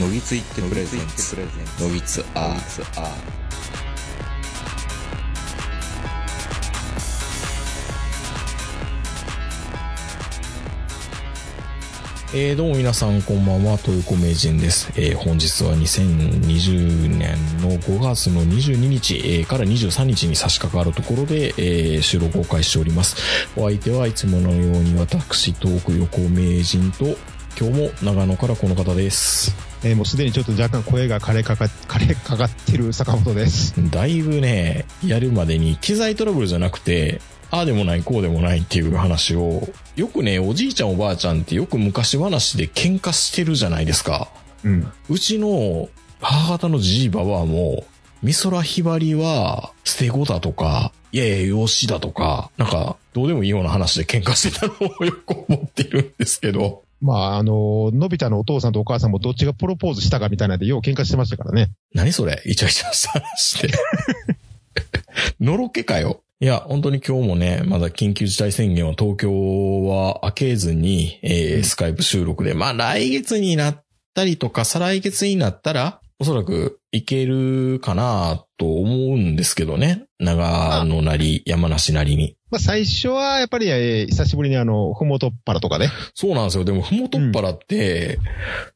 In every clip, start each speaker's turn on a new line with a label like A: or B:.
A: のぎついってプレゼンツのぎつアーツアー
B: えーどうも皆さんこんばんは、豊子名人です。えー本日は2020年の5月の22日、えーから23日に差し掛かるところで、えー収録を開始しております。お相手はいつものように私、東北横名人と、今日も長野からこの方です。
C: えーもうすでにちょっと若干声が枯れか か枯れかかってる坂本です。
B: だいぶね、やるまでに機材トラブルじゃなくて、ああでもない、こうでもないっていう話を、よくね、おじいちゃんおばあちゃんってよく昔話で喧嘩してるじゃないですか。
C: うん。
B: うちの母方のじいばばあも、美空ひばりは捨て子だとか、いやいや、養子だとか、なんか、どうでもいいような話で喧嘩してたのをよく思っているんですけど、
C: まあ、あのーのび太のお父さんとお母さんもどっちがプロポーズしたかみたいなんで、よう喧嘩してましたからね。
B: 何それイチャイチャした話で。 のろけかよ。いや、本当に今日もね、まだ緊急事態宣言は東京は開けずに、えースカイプ収録で、まあ来月になったりとか、再来月になったら、おそらくいけるかなと思うんですけどね。長野なり、山梨なりに。
C: まあ、最初はやっぱり、えー久しぶりにあの、ふもとっぱらとかね。
B: そうなんですよ。でも、ふもとっぱらって、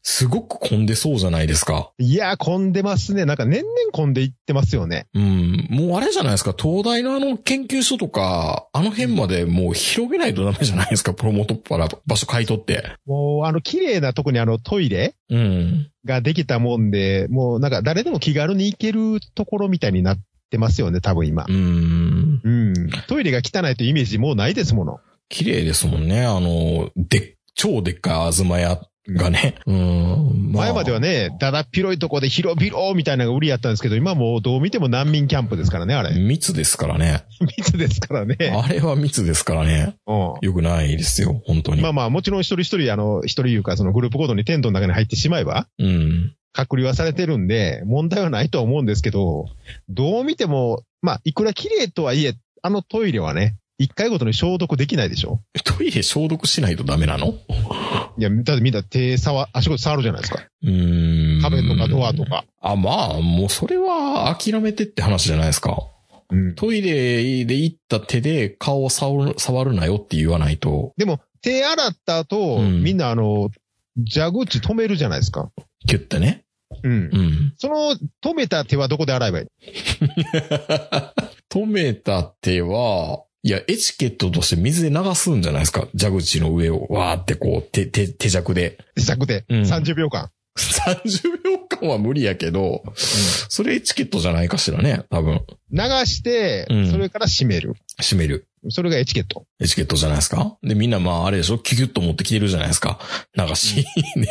B: すごく混んでそうじゃないですか。
C: いやー、混んでますね。なんか年々混んでいってますよね。
B: うん。もうあれじゃないですか、東大のあの研究所とか、あの辺までもう広げないとダメじゃないですか、プロモトっぱら場所買い取って。
C: もう、あの、綺麗な特にあの、トイレ
B: うん。
C: ができたもんで、もうなんか誰でも気軽に行けるところみたいになってますよね、多分今
B: う。ん。
C: うん。トイレが汚いというイメージもうないですもの。
B: 綺麗ですもんね、あの、で、超でっかい東屋がね。うん。
C: 前までは
B: ね。
C: ね、だだっ広いとこで広々みたいなのが売りやったんですけど、今もうどう見ても難民キャンプですからね、あれ。
B: 密ですからね。
C: 密ですからね。
B: あれは密ですからね。
C: う
B: よくないですよ、本当
C: ん。
B: に
C: ま。あまあ、もちろん一人一人、あの、一人いうか、そのグループごとにテントの中に入ってしまえば、
B: うん。
C: 隔離はされてるんで、問題はないとは思うんですけど、どう見ても、まあ、いくら綺麗とはいえ、あのトイレはね、一回ごとに消毒できないでしょ
B: トイレ消毒しないとダメなの
C: いや、だってみんな手触、足腰触るじゃないですか。
B: うん。
C: 壁とかドアと。か。
B: あ、まあ、もうそれは諦めてって話じゃないですか。
C: うん。
B: トイレで行った手で顔を触る触るなよって言わないと、
C: でも、手洗った後、
B: うん
C: みんなあの、蛇口止めるじゃないですか。
B: キュッてね。
C: うん
B: う。ん。
C: その止めた手はどこで洗えばいい
B: 止めた手は、いや、エチケットとして水で流すんじゃないですか。蛇口の上をわーってこう、手、手、手弱で。
C: 自作で。
B: うん
C: 30秒間。
B: 30秒間は無理やけど、それエチケットじゃないかしらね。多分、
C: 流して
B: うん、
C: それから閉める。
B: 閉める。
C: それがエチケット。
B: エチケットじゃないですかで、みんなまああれでしょキュキュッと持ってきてるじゃないですか。流し、 ね。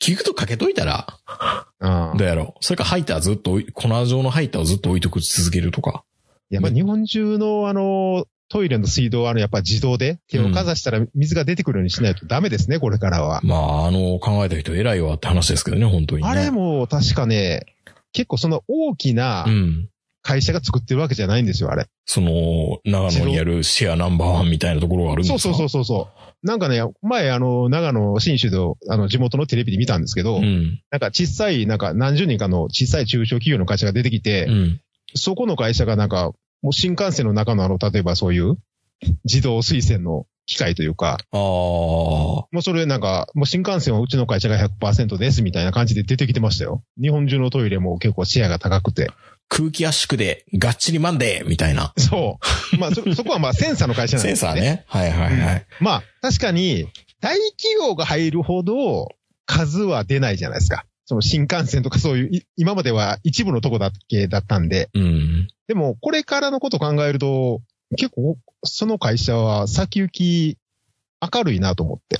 B: キュキュッとかけといたら、
C: ああ
B: どうやろうそれかハイターずっと置い、粉状のハイターをずっと置いとく続けるとか。
C: いや、まあ、日本中のあの、トイレの水道はあの、やっぱ自動で手をかざしたら水が出てくるようにしないとダメですね、これからは。
B: まあ、あの、考えた人偉いわって話ですけどね、本当に、ね。
C: あれも確かね、結構その大きな
B: うん。
C: 会社が作ってるわけじゃないんですよ、あれ。
B: その、長野にあるシェアナンバーワンみたいなところがあるんです
C: そ
B: か
C: うそうそううそうそう。なんかね、前あの、長野新州のあの、地元のテレビで見たんですけど、
B: ん。
C: なんか小さい、なんか何十人かの小さい中小企業の会社が出てきて、
B: うん。
C: そこの会社がなんか、もう新幹線の中のあの、例えばそういう自動推薦の機械というか、
B: ああ。
C: もうそれなんか、もう新幹線はうちの会社が100%ですみたいな感じで出てきてましたよ。日本中のトイレも結構シェアが高くて。
B: 空気圧縮で、がっちりマンデーみたいな。
C: そう。まあ そ、そこはまあセンサーの会社なん
B: セ
C: で
B: ン
C: す
B: サ
C: よ
B: ー
C: ね。
B: ね。はいはいはい。
C: まあ、確かに、大企業が入るほど数は出ないじゃないですか。その新幹線とかそういう、い今までは一部のとこだけだったんで。
B: うん。
C: でも、これからのことを考えると、結構、その会社は先行き明るいなと思って。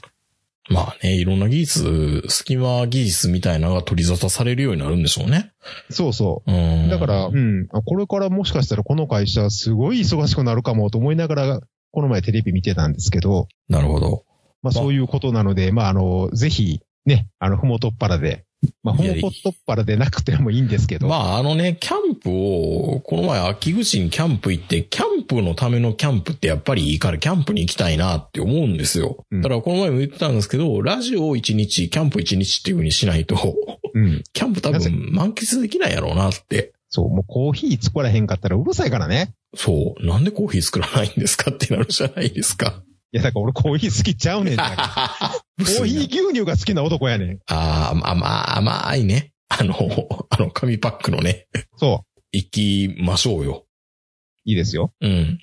B: まあね、いろんな技術、隙間技術みたいなのが取り沙汰されるようになるんでしょうね。
C: そうそ
B: うん。
C: う。だから、うん、あこれからもしかしたらこの会社すごい忙しくなるかもと思いながら、この前テレビ見てたんですけど、
B: なるほど。
C: まあそういうことなので、まああの、ぜひ、ね、あの、ふもとっぱらで、まあ、ふ
B: いや
C: もとっぱらでなくてもいいんですけど、
B: まああのね、キャンプを、この前秋口にキャンプ行って、キャンププのためのキャンプってやっぱりいいからキャンプに行きたいなって思うんですよ。
C: うん
B: だからこの前も言ってたんですけど、ラジオを1日、キャンプ1日っていう風にしないと、
C: うん。
B: キャンプ多分満喫できないやろうなって。
C: そう、もうコーヒー作らへんかったらうるさいからね。
B: そう。なんでコーヒー作らないんですかってなるじゃないですか。
C: いや、だから俺コーヒー好きちゃうねん。コー
B: あ
C: ヒー牛乳が好きな男やねん。
B: あー、甘、甘いね。あの、あの紙パックのね、
C: そう。
B: 行きましょうよ。
C: いいですよ。
B: うん。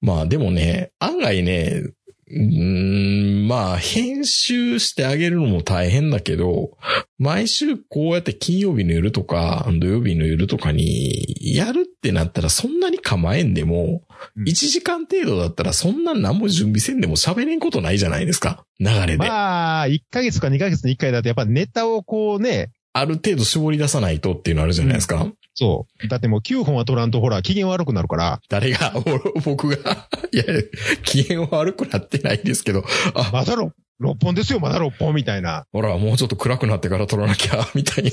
B: まあでもね、案外ね、うーん、まあ編集してあげるのも大変だけど、毎週こうやって金曜日の夜とか土曜日の夜とかにやるってなったらそんなに構えんでも、
C: うん
B: 1時間程度だったらそんな何も準備せんでも喋れんことないじゃないですか。流れで。
C: まあ、1ヶ月か2ヶ月に1回だとやっぱネタをこうね、
B: ある程度絞り出さないとっていうのあるじゃないですか。
C: そう。だってもう9本は取らんとほら、機嫌悪くなるから。
B: 誰が、お僕が、いや、機嫌は悪くなってないですけど、
C: まだろ6本ですよ、まだ6本みたいな。
B: ほら、もうちょっと暗くなってから撮らなきゃ、 みたいな。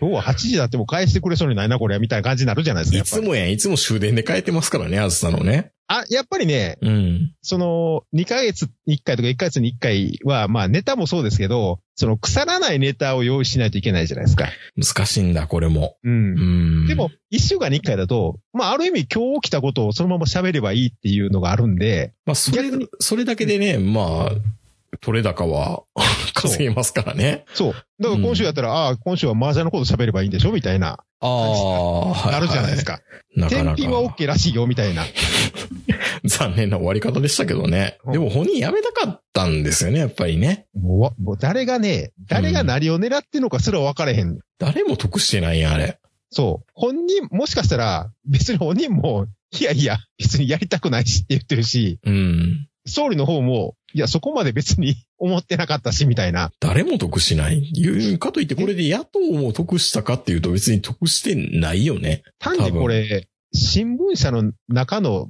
C: 今日は8時だってもう返してくれそうにないな、これ、みたいな感じになるじゃないですか。
B: い
C: やっぱ
B: つ
C: り
B: もやん、いつも終電で帰ってますからね、あずさのね。
C: あ、やっぱりね、
B: うん。
C: その、2ヶ月に1回とか1ヶ月に1回は、まあネタもそうですけど、その腐らないネタを用意しないといけないじゃないですか。
B: 難しいんだ、これも。
C: う。
B: うんん。
C: でも、、1週間に1回だと、まあある意味今日起きたことをそのまま喋ればいいっていうのがあるんで、
B: まあ、それ
C: 逆に、
B: それだけでね、まあ、取れ高は 稼げますからね。
C: そう。だから今週やったら、ああ、今週は麻雀のこと喋ればいいんでしょみたいな、
B: ああ、はい
C: なるじゃないです。か。
B: なか
C: 天
B: な
C: 品は
B: か。
C: OK らしいよ、みたいな。
B: 残念な終わり方でしたけどね。
C: うん
B: でも本人辞めたかったんですよね、やっぱりね。
C: もうわ、もう誰がね、誰が何を狙ってるのかすら分かれへん。
B: 誰も得してないやん、あれ。
C: そう。本人、もしかしたら、別に本人も、いやいや、別にやりたくないしって言ってるし、
B: うん。
C: 総理の方も、いや、そこまで別に思ってなかったし、みたいな。
B: 誰も得しない。言うかといって、これで野党も得したかっていうと別に得してないよね。
C: 単にこれ、新聞社の中の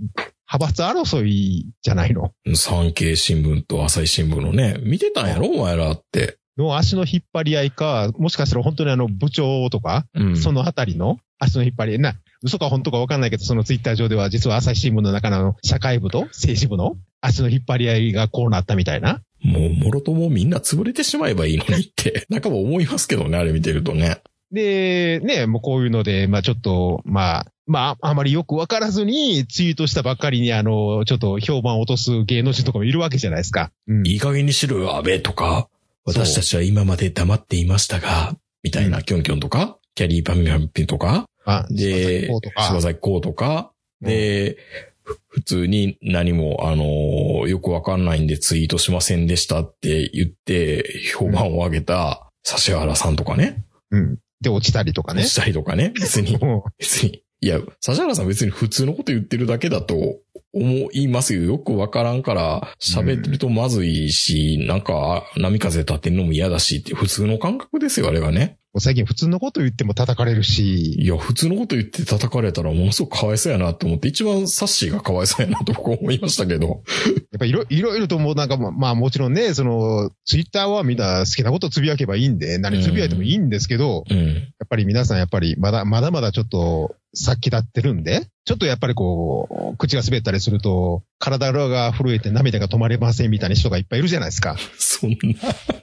C: 派閥争いじゃないの。
B: 産経新聞と朝日新聞のね、見てたんやろお前らって。
C: の足の引っ張り合いか、もしかしたら本当にあの部長とか、
B: うん
C: そのあたりの足の引っ張り合い。な、嘘か本当か分かんないけど、そのツイッター上では実は朝日新聞の中のあの社会部と政治部の足の引っ張り合いがこうなったみたいな。
B: もう、もろともみんな潰れてしまえばいいのにって、なんかも思いますけどね、あれ見てるとね。
C: で、ね、もうこういうので、まあちょっと、まあ、まあ、あまりよくわからずに、ツイートしたばっかりに、あの、ちょっと評判を落とす芸能人とかもいるわけじゃないですか。うん。
B: いい加減にしろよ、安倍とか。私たちは今まで黙っていましたが、みたいな、キョンキョンとか、キャリーパミパミピンとか、
C: あ、
B: で
C: そうと、か
B: 柴。崎ウとか、で、ふ普通に何も、あのー、よくわかんないんでツイートしませんでしたって言って、評判を上げた指原さんとかね、
C: うん。で、落ちたりとかね。
B: したりとか ね、別に、
C: うん
B: 別に。いや、指原さん別に普通のこと言ってるだけだと思いますよ。よくわからんから、喋ってるとまずいし、なんか波風立ってるのも嫌だしって、普通の感覚ですよ、あれはね。
C: もう最近普通のこと言っても叩かれるし、
B: いや、普通のこと言って叩かれたらものすごくかわいそうやなと思って、一番サッシーがかわいそうやなと僕は思いましたけど。
C: やっぱいろいろいろともうなんかまあ、まあもちろんね、その、ツイッターはみんな好きなことつぶやけばいいんで、何つぶやいてもいいんですけど、
B: うん。
C: やっぱり皆さんやっぱりまだ、まだまだちょっと先立ってるんで、ちょっとやっぱりこう、口が滑ったりすると、体が震えて涙が止まれませんみたいな人がいっぱいいるじゃないですか。
B: そんな、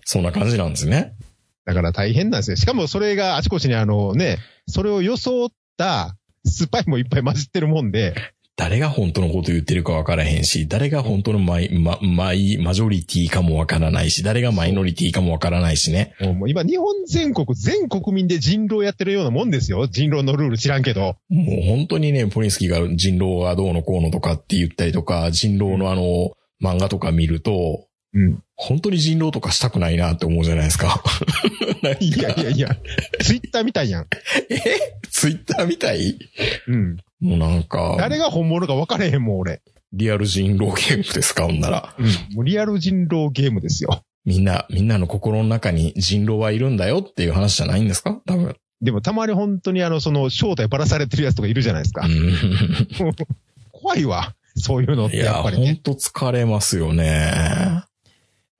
B: そんな感じなんですね。
C: だから大変なんですよ。しかもそれがあちこちにあのね、それを装ったスパイもいっぱい混じってるもんで、
B: 誰が本当のこと言ってるかわからへんし、誰が本当のマイ、マ、マイ、マジョリティかもわからないし、誰がマイノリティかもわからないしね。
C: もうもう今日本全国、全国民で人狼やってるようなもんですよ。人狼のルール知らんけど。
B: もう本当にね、ポリンスキーが人狼がどうのこうのとかって言ったりとか、人狼のあの、漫画とか見ると、
C: うん。
B: 本当に人狼とかしたくないなって思うじゃないです か。
C: いやいやいや、ツイッターみたいやん。
B: ツイッターみたい
C: うん。
B: もうなんか。
C: 誰が本物か分かれへんもん、俺。
B: リアル人狼ゲームですか、ほんなら。
C: うん。もうリアル人狼ゲームですよ。
B: みんな、みんなの心の中に人狼はいるんだよっていう話じゃないんですか多分。
C: でもたまに本当にあの、その、正体ばらされてるやつとかいるじゃないですか。
B: うん
C: 怖いわ。そういうのっ
B: い
C: て、
B: や、
C: やっぱり
B: ほん
C: ね。
B: と疲れますよね。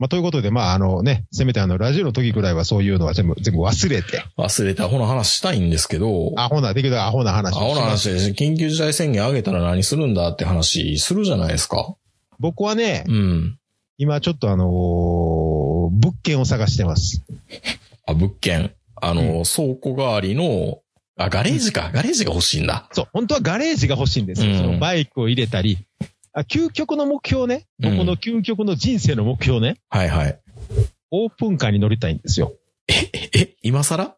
C: まあ、ということで、まあ、あのね、せめてあの、ラジオの時ぐらいはそういうのは全部、全部忘れて、
B: 忘れたアホな話したいんですけど、
C: アホな、できるだけアホな
B: ア
C: 話を
B: ホな
C: します
B: 話です。緊急事態宣言上げたら何するんだって話するじゃないですか。
C: 僕はね、
B: うん。
C: 今ちょっとあのー物件を探してます。
B: あ、物件。あの、倉庫代わりの、あ、ガレージか。ガレージが欲しいんだ。
C: そう、本当はガレージが欲しいんですよ。
B: うん
C: そのバイクを入れたり。あ究極の目標ね。
B: うん
C: 僕の究極の人生の目標ね。
B: はいはい。
C: オープンカーに乗りたいんですよ。
B: え、え、今更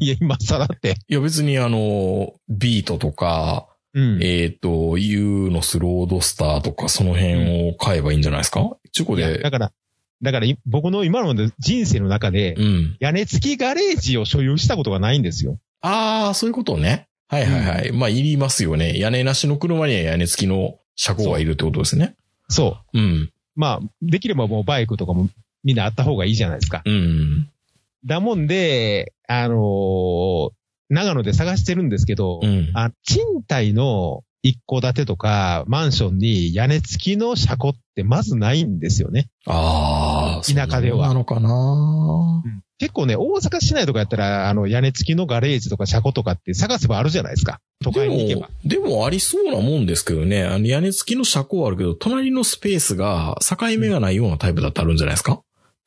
C: いや、今更って。
B: いや別にあの、ビートとか、
C: うん。
B: えっ、と、ユーノスロードスターとか、その辺を買えばいいんじゃないですか中古
C: いやだ
B: で。
C: から、だからい僕の今の人生の中で、
B: うん。
C: 屋根付きガレージを所有したことがないんですよ。
B: ああ、そういうことね。はいはいはい。まあ、いりますよね。屋根なしの車には屋根付きの車高がいるってことですね。
C: そう。
B: うん。
C: まあ、できればもうバイクとかもみんなあった方がいいじゃないですか。
B: うん。
C: だもんで、あのー長野で探してるんですけど、
B: うん。
C: あ賃貸の一戸建てとかマンションに屋根付きの車庫ってまずないんですよね。
B: ああ、
C: 田舎で
B: そ
C: は
B: うなのかな
C: 結構ね、大阪市内とかやったら、あの、屋根付きのガレージとか車庫とかって探せばあるじゃないですか。都会に行け
B: でも。、
C: ば
B: でもありそうなもんですけどね。あの、屋根付きの車高はあるけど、隣のスペースが境目がないようなタイプだってあるんじゃないですか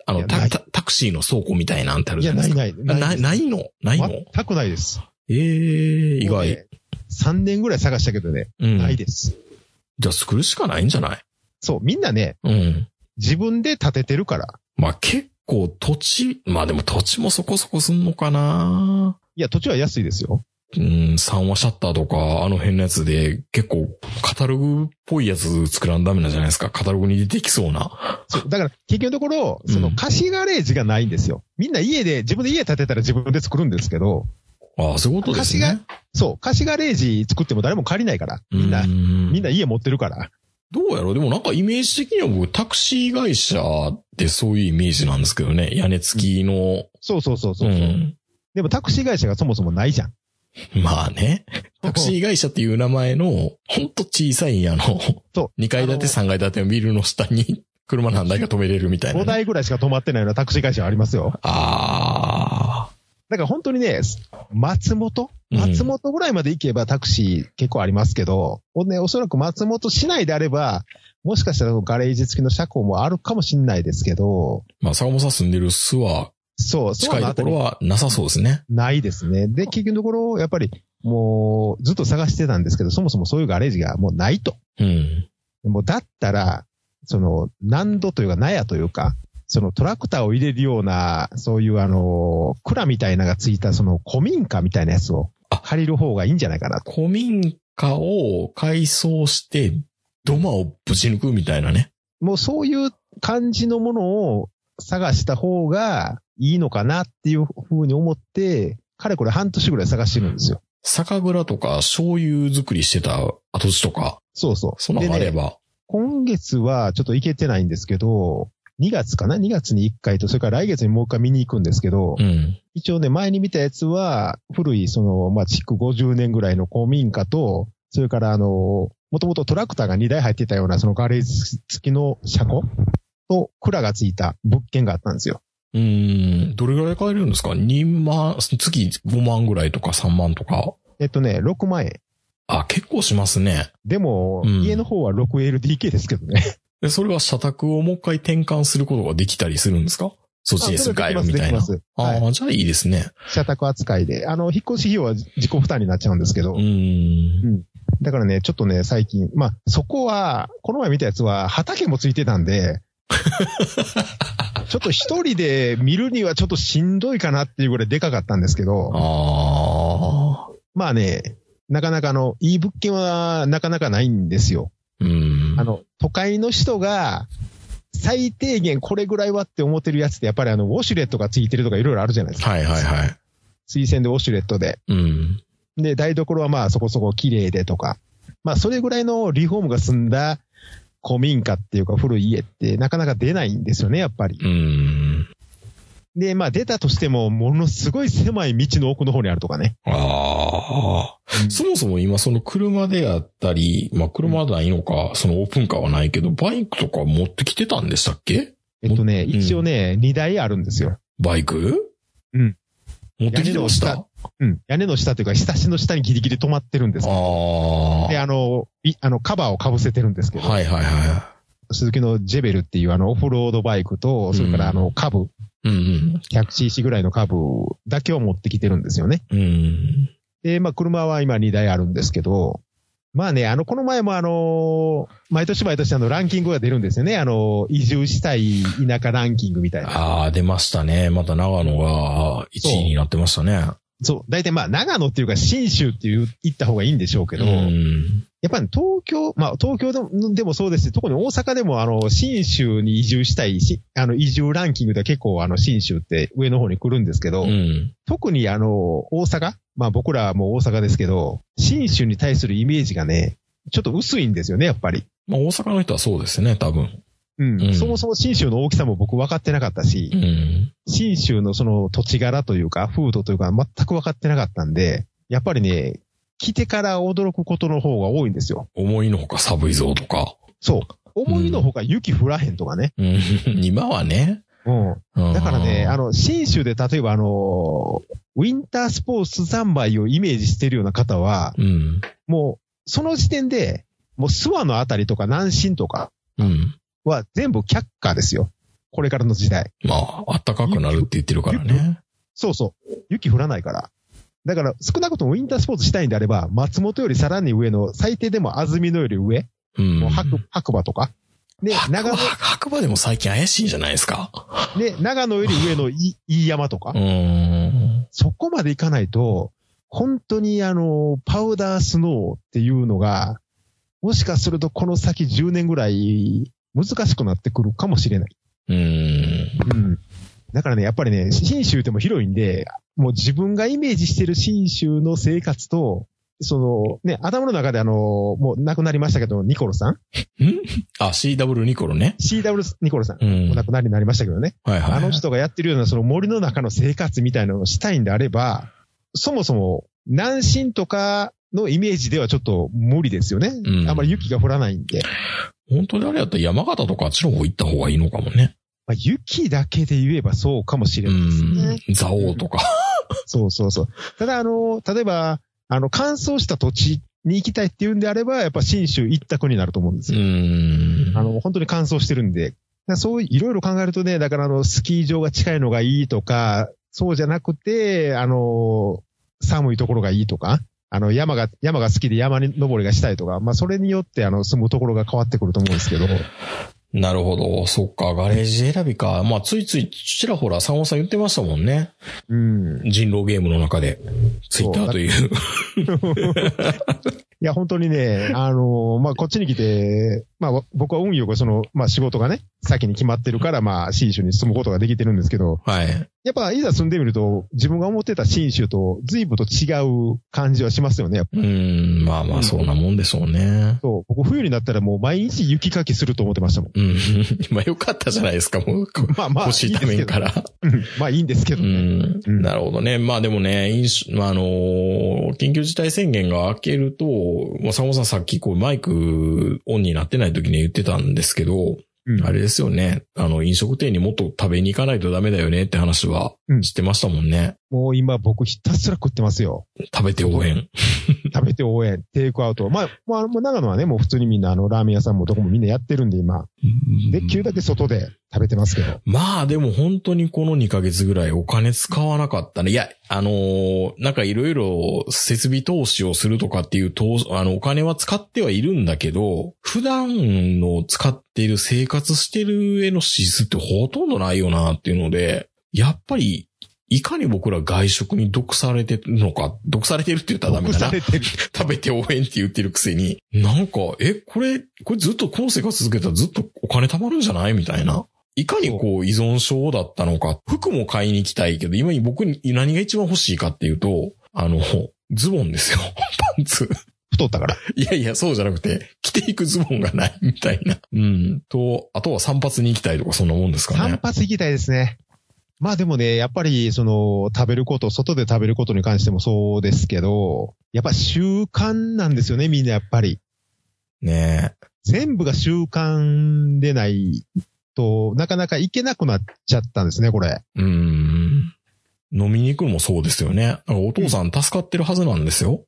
B: あ
C: い
B: の、
C: やない
B: タタタクシーの倉庫みたいなんてある
C: い
B: じゃ
C: や、
B: ない
C: な
B: で
C: い
B: すか。
C: ない。
B: あない、ないいのないの
C: 全くないです。
B: ええ意
C: もう
B: 外。
C: ね。3年ぐらい探したけどね、
B: うん。
C: ない
B: じ
C: です。
B: ゃあ作るしかないんじゃない
C: そう、みんなね、
B: うん。
C: 自分で建ててるから。
B: まあ結構土地、まあでも土地もそこそこすんのかない
C: や、土地は安いですよ。
B: うん、三話シャッターとか、あの辺のやつで、結構、カタログっぽいやつ作らんダメなんじゃないですか。カタログに出てきそうな。
C: そうだから、結局のところ、そうの
B: ん
C: 貸しガレージがないんですよ。みんな家で、自分で家建てたら自分で作るんですけど、
B: ああ、そういうことです
C: 貸し
B: ね。
C: そう、貸しガレージ作っても誰も借りないから。みんな
B: う、ん
C: みんな家持ってるから。
B: どうやろうでもなんかイメージ的には僕、タクシー会社ってそういうイメージなんですけどね。屋根付きの。
C: そうそうそうそうう、
B: ん。
C: でもタクシー会社がそもそもないじゃん。
B: まあね。タクシー会社っていう名前の、ほんと小さい、あの、
C: そ
B: 2階建て3階建てのビルの下に車何台か止めれるみたいなね、
C: 5台ぐらいしか止まってないようなタクシー会社はありますよ。
B: ああ。
C: だから本当にね、松本
B: うん
C: 松本ぐらいまで行けばタクシー結構ありますけど、ほんでおそらく松本市内であれば、もしかしたらガレージ付きの車庫もあるかもしれないですけど、
B: まあ、坂本さん住んでる巣は
C: そう、そう
B: 近いところはなさそうですね。
C: ないですね。で、結局のところ、やっぱり、もう、ずっと探してたんですけど、そもそもそういうガレージがもうないと。
B: うん。
C: もう、だったら、その、難度というか、納屋というか、そのトラクターを入れるような、そういうあの、蔵みたいなのがついた、その古民家みたいなやつを借りる方がいいんじゃないかなと。
B: 古民家を改装して、土間をぶち抜くみたいなね。
C: もうそういう感じのものを探した方がいいのかなっていうふうに思って、かれこれ半年ぐらい探してるんですよ。
B: 酒蔵とか醤油作りしてた跡地とか、
C: そうそう。
B: そんなのがあ
C: で
B: れ
C: ね
B: ば。
C: 今月はちょっと行けてないんですけど、2月かな ?2 月に1回と、それから来月にもう1回見に行くんですけど、
B: うん。
C: 一応ね、前に見たやつは、古い、その、まあ、築50年ぐらいの公民家と、それからあの、もともとトラクターが2台入ってたような、そのガレージ付きの車庫と、蔵が付いた物件があったんですよ。
B: うん。どれぐらい買えるんですか ?2 万、月5万ぐらいとか3万とか。
C: えっとね、6万円。
B: あ、結構しますね。
C: でも、
B: うん
C: 家の方は 6LDK ですけ どね。
B: で、それは社宅をもう一回転換することができたりするんですかそっちに住み替えるみたいな。
C: あそれできますできます
B: ああ、じゃあいいですね。
C: 社宅扱いで。あの、引っ越し費用は自己負担になっちゃうんですけど
B: う。ん。
C: だからね、ちょっとね、最近。まあ、そこは、この前見たやつは畑もついてたんで、ちょっと一人で見るにはちょっとしんどいかなっていうぐらいでかかったんですけど、
B: ああ。
C: まあね、なかなかあの、いい物件はなかなかないんですよ。
B: うん。
C: あの、都会の人が、最低限これぐらいはって思ってるやつって、やっぱりあの、ウォシュレットがついてるとかいろいろあるじゃないですか。
B: はいはいはい。
C: 推薦でウォシュレットで。
B: うん。
C: で、台所はまあそこそこ綺麗でとか。まあそれぐらいのリフォームが済んだ古民家っていうか古い家ってなかなか出ないんですよね、やっぱり。
B: うん。
C: で、まあ出たとしてもものすごい狭い道の奥の方にあるとかね。
B: ああ。そもそも今その車であったり、まあ車はないのか、そのオープンカーはないけど、バイクとか持ってきてたんでしたっけ
C: えっとね、
B: うん
C: 一応ね、2台あるんですよ。
B: バイク
C: うん。
B: 持ってきてました。
C: 屋根
B: あ
C: うん。屋根の下というか、ひさしの下にギリギリ止まってるんです
B: あ
C: よ。
B: ー。
C: で、あの、いあの、カバーをかぶせてるんですけど、
B: はいはいは
C: 鈴木のジェベルっていうあの、オフロードバイクと、それからあの、カブ、
B: い。うん
C: 100cc ぐらいのカブだけを持ってきてるんですよね。
B: うん。うん。
C: で、まあ、車は今2台あるんですけど、まあね、あの、この前もあの、毎年毎年あの、ランキングが出るんですよね。あの、移住したい田舎ランキングみたいな。
B: ああ、出ましたね。また長野が1位になってましたね。
C: そう、大体まあ、長野っていうか、新州っていう、行った方がいいんでしょうけど、
B: うん。
C: やっぱり東京、まあ、東京でもでもそうですし、特に大阪でも、あの、新州に移住したいし、あの、移住ランキングでは結構、あの、新州って上の方に来るんですけど、
B: うん。
C: 特にあの、大阪、まあ僕らはもう大阪ですけど、新州に対するイメージがね、ちょっと薄いんですよね、やっぱり。
B: まあ大阪の人はそうですね、多分。
C: うん。
B: うん
C: そもそも新州の大きさも僕分かってなかったし
B: う、ん。
C: 新州のその土地柄というか、風土というか全く分かってなかったんで、やっぱりね、来てから驚くことの方が多いんですよ。
B: 思いのほか寒いぞとか。
C: そう。思いのほか雪降らへんとかね。
B: うん。 今はね。
C: うん。
B: うん
C: だからね、あの、新州で例えばあの、ウィンタースポーツ三昧をイメージしてるような方は、
B: うん。
C: もう、その時点で、もう諏訪のあたりとか南進とか
B: うん。
C: は全部却下ですよ。これからの時代。
B: まあ、暖かくなるって言ってるからね。
C: そうそう。雪降らないから。だから、少なくともウィンタースポーツしたいんであれば、松本よりさらに上の、最低でも安曇野より上、
B: うん。
C: もう白白馬とか。で、
B: 白
C: 長
B: 馬、
C: 野、
B: 白馬でも最近怪しいんじゃないですか。
C: で、長野より上 のい飯山とか
B: う。ん。
C: そこまで行かないと、本当にあの、パウダースノーっていうのが、もしかするとこの先10年ぐらい難しくなってくるかもしれない。
B: うん。
C: うん。だからね、やっぱりね、新州っても広いんで、もう自分がイメージしてる新州の生活と、その、ね、頭の中であの、もう亡くなりましたけど、ニコロさん
B: あ、CW ニコロね。
C: ?CW ニコロさん。
B: うん。
C: お
B: は
C: 亡くなりになりましたけどね。
B: いはい。
C: あの人がやってるようなその森の中の生活みたいなのをしたいんであれば、そもそも南進とかのイメージではちょっと無理ですよね。
B: うん
C: あんまり雪が降らないんで。
B: 本当にあれやったら山形とかあっちの方行った方がいいのかもね。
C: まあ、雪だけで言えばそうかもしれ
B: う
C: ないですね。
B: ん。蔵王とか。
C: そうそうそう。ただ、あの、例えば、あの、乾燥した土地に行きたいっていうんであれば、やっぱ新州一択になると思うんです
B: う
C: よ。
B: ん。
C: あの、本当に乾燥してるんで。だからそういう、いろいろ考えるとね、だからあの、スキー場が近いのがいいとか、そうじゃなくて、あの、寒いところがいいとか、あの、山が、山が好きで山に登りがしたいとか、まあ、それによって、あの、住むところが変わってくると思うんですけど、
B: なるほど。そっか。ガレージ選びか。まあ、ついついちらほら、サンゴさん言ってましたもんね。
C: うん。い
B: 人狼ゲームの中で。ツイッターという。
C: や、本当にね、あの、まあ、こっちに来て、まあ、僕は運よくその、まあ、仕事がね、先に決まってるから、まあ、新州に住むことができてるんですけど、
B: はい。
C: やっぱ、いざ住んでみると、自分が思ってた新州と随分と違う感じはしますよね、やっぱ
B: うん。まあまあ、そんなもんでしょうね。
C: そう、僕冬になったらもう毎日雪かきすると思ってましたもん。
B: うん。 まあ、よかったじゃないですか。もう、
C: まあまあ、
B: 欲しいためにか
C: い
B: ら。
C: いんですけど。うんまあいいんですけど
B: う
C: ね。
B: ん。
C: うん
B: なるほどね。まあでもね、飲酒まああのー緊急事態宣言が明けると、まあ、サモさんさっきこうマイクオンになってない時に言ってたんですけど、
C: うん
B: あれですよね。あの、飲食店にもっと食べに行かないとダメだよねって話は
C: うん
B: してましたもんね。
C: もう今僕ひたすら食ってますよ。
B: 食べて応援。
C: 食べて応援、テイクアウト。まあ、まあ、もう長野はね、もう普通にみんなあの、ラーメン屋さんもどこもみんなやってるんで今。できるだけ外で食べてますけど。
B: まあでも本当にこの2ヶ月ぐらいお金使わなかったね。いや、あのーなんかいろいろ設備投資をするとかっていう投資、あのお金は使ってはいるんだけど、普段の使っている生活してるへの支出ってほとんどないよなっていうので、やっぱり、いかに僕ら外食に毒されてるのか、毒されてるって言ったらダメ
C: 毒
B: だな
C: さ。れてる。
B: 食べて応援って言ってるくせに、なんか、え、これ、これずっとこの生活続けたらずっとお金貯まるんじゃないみたいな。いかにこう依存症だったのか、服も買いに行きたいけど、今僕に何が一番欲しいかっていうと、あの、ズボンですよ。 パンツ。
C: 太ったから。
B: いやいや、そうじゃなくて、着ていくズボンがないみたいな。うん。と、あとは散髪に行きたいとかそんなもんですか
C: 散
B: ね。
C: 髪行きたいですね。まあでもね、やっぱり、その、食べること、外で食べることに関してもそうですけど、やっぱ習慣なんですよね、みんなやっぱり。
B: ねえ。
C: 全部が習慣でないと、なかなか行けなくなっちゃったんですね、これ。
B: うん。飲みに行くのもそうですよね。なんかお父さん助かってるはずなんですよ。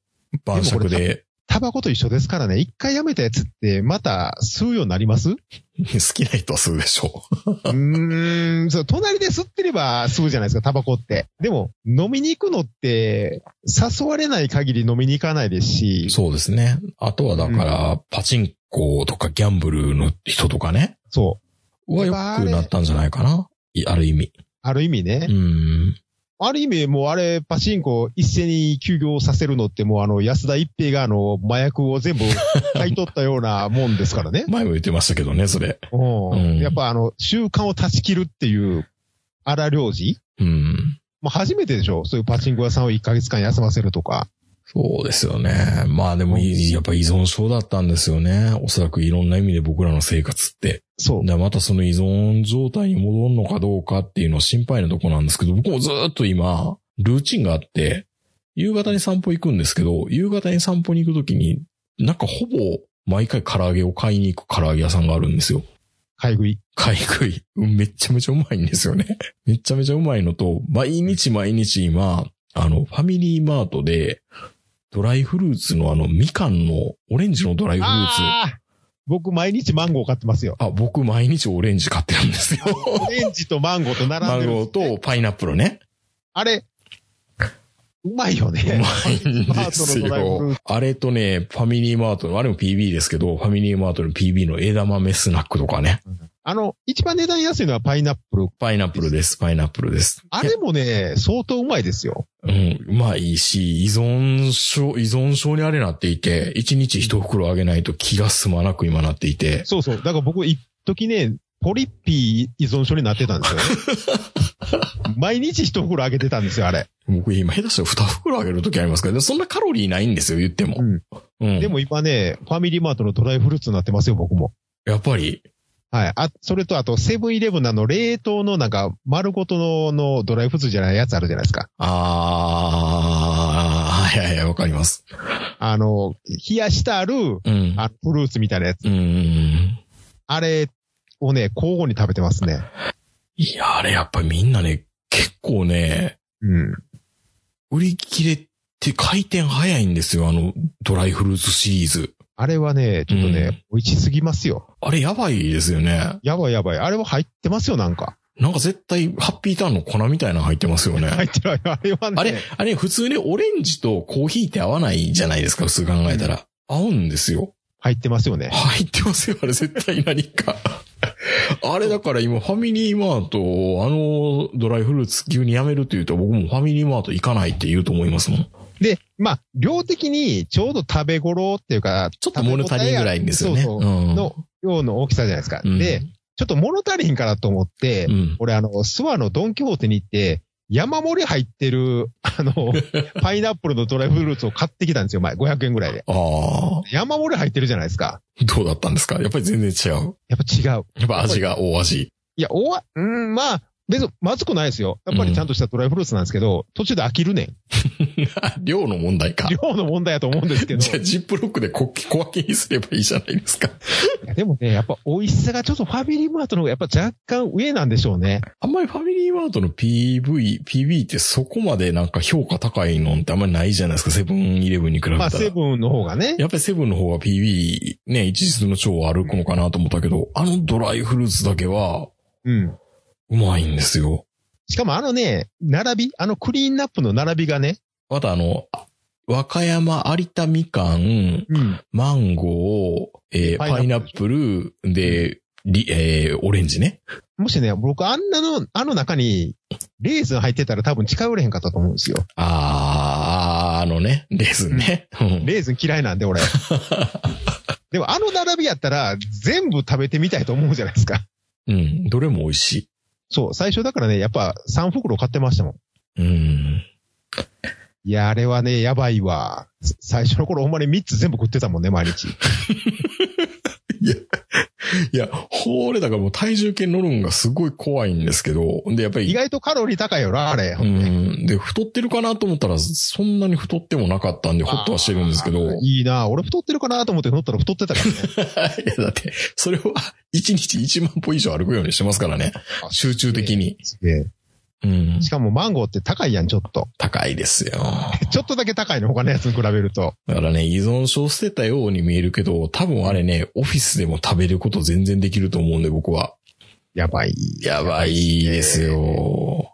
B: 晩酌で。
C: タバコと一緒ですからね、一回やめたやつって、また吸うようになりますう
B: 好きな人は吸うでしょ
C: ーん、そう、隣で吸ってれば吸うじゃないですか、タバコって。でも、飲みに行くのって、誘われない限り飲みに行かないですし
B: う。、 そうですね。あとはだから、パチンコとかギャンブルの人とかね。
C: そう。
B: は良くなったんじゃないかな。いある意味。
C: ある意味ね
B: う。ん。
C: ある意味、もうあれ、パチンコ一斉に休業させるのって、もうあの、安田一平があの、麻薬を全部買い取ったようなもんですから ね。
B: 前も言ってましたけどね、それ。
C: う
B: うん
C: ん、やっぱあの、習慣を断ち切るっていう、荒領事
B: うん。
C: もう初めてでしょそういうパチンコ屋さんを1ヶ月間休ませるとか。
B: そうですよね。まあでもい、やっぱ依存症だったんですよね。おそらくいろんな意味で僕らの生活って。
C: そう。
B: で、またその依存状態に戻るのかどうかっていうのは心配なとこなんですけど、僕もずーっと今、ルーチンがあって、夕方に散歩行くんですけど、夕方に散歩に行くときに、なんかほぼ毎回唐揚げを買いに行く唐揚げ屋さんがあるんですよ。
C: 買い食い。
B: 買い食い。うんめっちゃめちゃうまいんですよね。 めっちゃめちゃうまいのと、毎日毎日今、あの、ファミリーマートで、ドライフルーツのあの、みかんの、オレンジのドライフルーツ。あ
C: ああ僕毎日マンゴー買ってますよ。
B: 僕毎日オレンジ買ってるんですよ。
C: オレンジとマンゴーと並
B: マ
C: んで
B: ン
C: る。
B: ゴーとパイナップルね。
C: あれ、うまいよ
B: う
C: ね。
B: まいん です
C: マートのドライフル
B: よ。あれとね、ファミリーマートの、あれも PB ですけど、ファミリーマートの PB の枝豆スナックとかね。
C: あの、一番値段安いのはパイナップル。
B: パイナップルです、パイナップルです。
C: あれもね、相当うまいですよ。
B: うん、まあいいし、依存症、依存症にあれなっていて、一日一袋あげないと気が済まなく今なっていて、
C: そうそう。だから僕、一時ね、ポリッピー依存症になってたんですよね。 毎日一袋あげてたんですよ、あれ。
B: 僕今下手したら二袋あげるときありますけど、そんなカロリーないんですよ、言っても。うん。
C: でも今ね、ファミリーマートのドライフルーツになってますよ、僕も。
B: やっぱり、
C: はい。あ、それとあと、セブンイレブンのあの、冷凍のなんか、丸ごとののドライフルーツじゃないやつあるじゃないですか。
B: あー、はいはいはい、わかります。
C: あの、冷やしてある、
B: うん。
C: あフルーツみたいなやつ。
B: うん。
C: あれをね、交互に食べてますね。
B: いや、あれやっぱりみんなね、結構ね、
C: うん。
B: 売り切れって回転早いんですよ、あの、ドライフルーツシリーズ。
C: あれはね、ちょっとね、美味しすぎますよ。
B: あれやばいですよね。
C: やばいやばい。あれは入ってますよ、なんか。
B: なんか絶対、ハッピーターンの粉みたいなの入ってますよね。
C: 入ってる。あれはね。
B: あれ、あれ普通ね、オレンジとコーヒーって合わないじゃないですか、普通考えたら。合うんですよ。
C: 入ってますよね。
B: 入ってますよ、あれ絶対何か。あれだから今、ファミリーマート、あのドライフルーツ急にやめるって言うと、僕もファミリーマート行かないって言うと思いますもん。
C: で、まあ、量的にちょうど食べ頃っていうか、
B: ちょっと物足りんぐらいんですよね。
C: そう
B: う
C: そうんの量の大きさじゃないですか。
B: うん
C: で、ちょっと物足りんからと思って、
B: うん。
C: 俺あの、諏訪のドンキホーテに行って、山盛り入ってる、あの、パイナップルのドライフルーツを買ってきたんですよ、前。500円ぐらいで。
B: あ
C: 山盛り入ってるじゃないですか。
B: あ、どうだったんですかやっぱり全然違う。
C: やっぱ違う。
B: やっぱ味が大味。
C: いや、おわ、うーん、まあ、別にまずくないですよ。やっぱりちゃんとしたドライフルーツなんですけど、途中で飽きるねん。
B: 量の問題か。
C: 量の問題やと思うん ですけど。
B: じゃあ、ジップロックでこ小分けにすればいいじゃないですか。
C: いやでもね、やっぱ美味しさがちょっとファミリーマートの方がやっぱ若干上なんでしょうね。
B: あんまりファミリーマートの PV、PB ってそこまでなんか評価高いのってあんまりないじゃないですか、セブンイレブンに比べたら。
C: まあ、セブンの方がね。
B: やっぱりセブンの方が PB、ね、一日の超歩くのかなと思ったけど、あのドライフルーツだけは、
C: うん。
B: うまいんですよ。
C: しかもあのね、並び、あのクリーンナップの並びがね。
B: またあの、あ和歌山有田みかん、
C: うん。
B: マンゴー、えーパ
C: パ
B: イ
C: イ
B: ナ
C: ナ
B: ッ
C: ッ
B: プル、で、りえーオレンジね。
C: もしね、僕あんなの、あの中に、レーズン入ってたら多分近寄れへんかったと思うんですよ。
B: あー、あのね、レーズンね。うん
C: レーズン嫌いなんで、 俺。でもあの並びやったら、全部食べてみたいと思うじゃないですか。
B: うん、どれも美味しい。
C: そう、最初だからね、やっぱ3袋買ってましたもん。
B: うん。
C: いや、あれはね、やばいわ。最初の頃ほんまに3つ全部食ってたもんね、毎日。
B: いや、ほれだからもう体重計乗るんがすごい怖いんですけど、で、やっぱ
C: 意
B: り、
C: 外とカロリー高いよな、あれ。
B: うん、で、太ってるかなと思ったら、そんなに太ってもなかったんで、ほっとはしてるんですけど、い
C: いいな俺太ってるかなと思って乗ったら太ってたからね。
B: や、だって、それは1日1万歩以上歩くようにしてますからね、 集中的に。
C: すげえ。
B: うん、
C: しかもマンゴーって高いやん、ちょっと。
B: 高いですよ。
C: ちょっとだけ高いの、他のやつに比べると。
B: だからね、依存症してたように見えるけど、多分あれね、オフィスでも食べること全然できると思うんで、僕は。
C: やばい。
B: やばいですよ。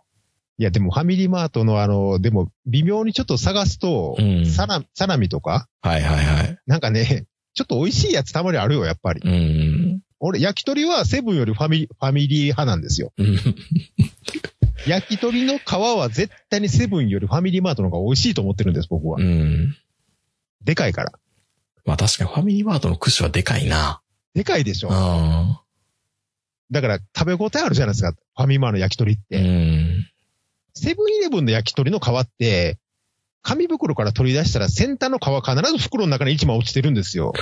C: いや、でもファミリーマートのあの、でも微妙にちょっと探すと
B: う、ん。
C: サラサラミとか、
B: はいはいはい。
C: なんかね、ちょっと美味しいやつたまにあるよ、やっぱり。
B: うん。
C: 俺、焼き鳥はセブンよりファミリファミリー派なんですよ。
B: うん
C: 焼き鳥の皮は絶対にセブンよりファミリーマートの方が美味しいと思ってるんです、僕は
B: う。ん。
C: でかいから。
B: まあ確かにファミリーマートの串はでかいな。
C: でかいでしょ。
B: あ
C: だから食べ応えあるじゃないですか、ファミマの焼き鳥っ
B: う
C: て。
B: ん。
C: セブンイレブンの焼き鳥の皮って、紙袋から取り出したら先端の皮必ず袋の中に一枚落ちてるんで すよ。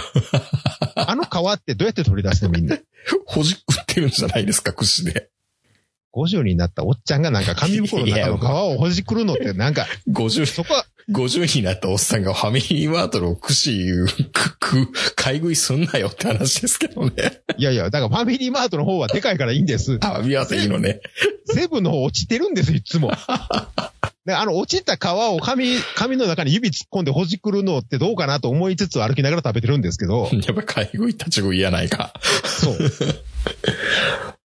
C: あの皮ってどうやって取り出すのみんな。
B: ほじくってるんじゃないですか、串で。
C: 50になったおっちゃんがなんか紙袋の中の皮をほじくるのってなんか、
B: 50、
C: そこは、
B: 50になったおっさんがファミリーマートの串、く、く、買い食いすんなよって話ですけどね。
C: いやいや、だからファミリーマートの方はでかいからいいんです。
B: あ、見合わせいいのね。
C: セブンの方落ちてるんです、いつも。であの落ちた皮を紙、紙の中に指突っ込んでほじくるのってどうかなと思いつつ歩きながら食べてるんです けど。
B: やっぱ買い食い立ち食いやないか。
C: そう。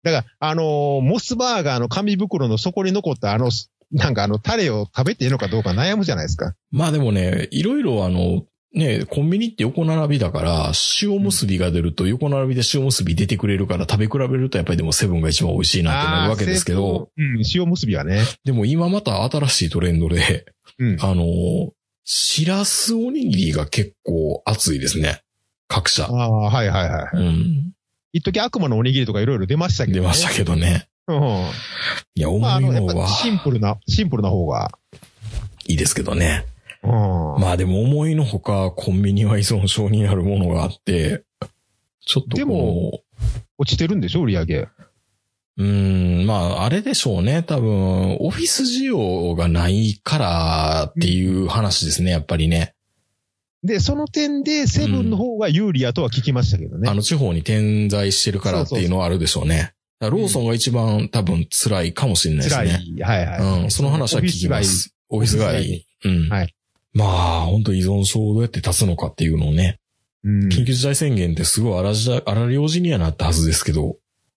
C: だから、あのーモスバーガーの紙袋の底に残ったあの、なんかあの、タレを食べていいのかどうか悩むじゃないですか。
B: まあでもね、いろいろあの、ね、コンビニって横並びだから、塩結びが出ると横並びで塩結び出てくれるから食べ比べるとやっぱりでもセブンが一番美味しいなってなるわけですけど、
C: あー。成功うん、塩結びはね。
B: でも今また新しいトレンドで、
C: うん。
B: あの、しらすおにぎりが結構熱いですね。各社。
C: ああー、はいはいはい。
B: うん。
C: 一時悪魔のおにぎりとかいろいろ出ましたけど、
B: 出
C: ね。
B: ましたけどね。
C: うん。
B: いや、重
C: まあ、あ
B: い
C: の、
B: の
C: やっぱ
B: は
C: シンプルな、シンプルな方が。
B: いいですけどね。
C: うん。
B: まあでも思いのほかコンビニは依存症になるものがあって、ちょっとこう
C: でも落ちてるんでしょ、売り上げ。
B: うーん、まあ、あれでしょうね。多分、オフィス需要がないからっていう話ですね、やっぱりね。
C: で、その点で、セブンの方が有利やとは聞きましたけどね。
B: あの地方に点在してるからっていうのはあるでしょうね。だからローソンが一番多分辛いかもしれないです
C: 辛
B: ね。
C: い。はいはい。
B: うん、その話は聞きます。オフィス
C: オフィス
B: 街。うん。
C: はい
B: まあ、本当依存症をどうやって立つのかっていうのをね、
C: うん。
B: 緊急事態宣言ってすごい荒じゃ荒領事にはなったはずですけど、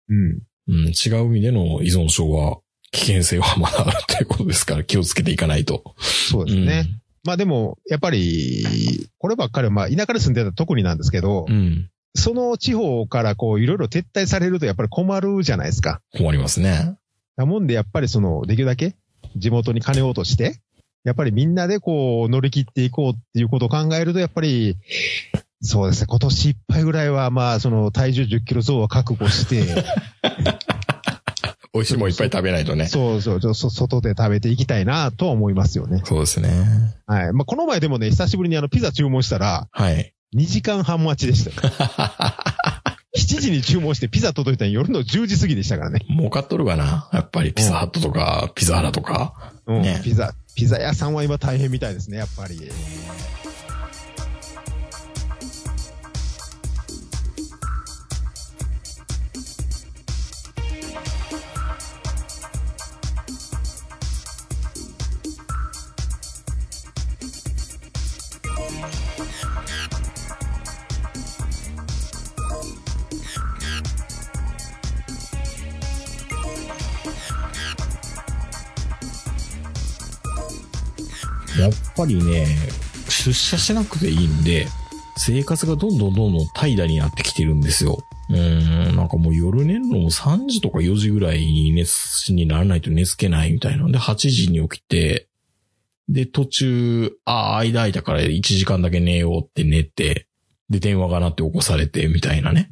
C: うん。
B: うん、違う意味での依存症は危険性はまだあるということですから気をつけていかないと。
C: そうですね。まあでも、やっぱり、こればっかりは、まあ田舎で住んでたら特になんですけど、
B: うん。うん。
C: その地方からこういろいろ撤退されるとやっぱり困るじゃないですか。
B: 困りますね。
C: なもんでやっぱりその、できるだけ地元に金を落として、やっぱりみんなでこう乗り切っていこうっていうことを考えると、やっぱり、そうですね、今年いっぱいぐらいはまあその体重10キロ増は覚悟して、
B: 美味しいもんいっぱい食べないとね。
C: そうそうちょ、そ外で食べていきたいなとは思いますよね。
B: そうですね。
C: はい。まあこの前でもね、久しぶりにあのピザ注文したら、
B: はい。
C: 2時間半待ちでした。7時に注文してピザ届いたの夜の10時過ぎでしたからね。
B: 儲かっとるかなやっぱりピザハットとか、ピザハラとか。
C: うん
B: ね
C: ピザ、ピザ屋さんは今大変みたいですね、やっぱり。
B: やっぱりね、出社しなくていいんで、生活がどんどんどんどん怠惰になってきてるんですよ。うーん、なんかもう夜寝るのも3時とか4時ぐらいに寝す、にならないと寝つけないみたいなんで、8時に起きて、で、途中、ああ、間空いたから1時間だけ寝ようって寝て、で、電話が鳴って起こされて、みたいなね。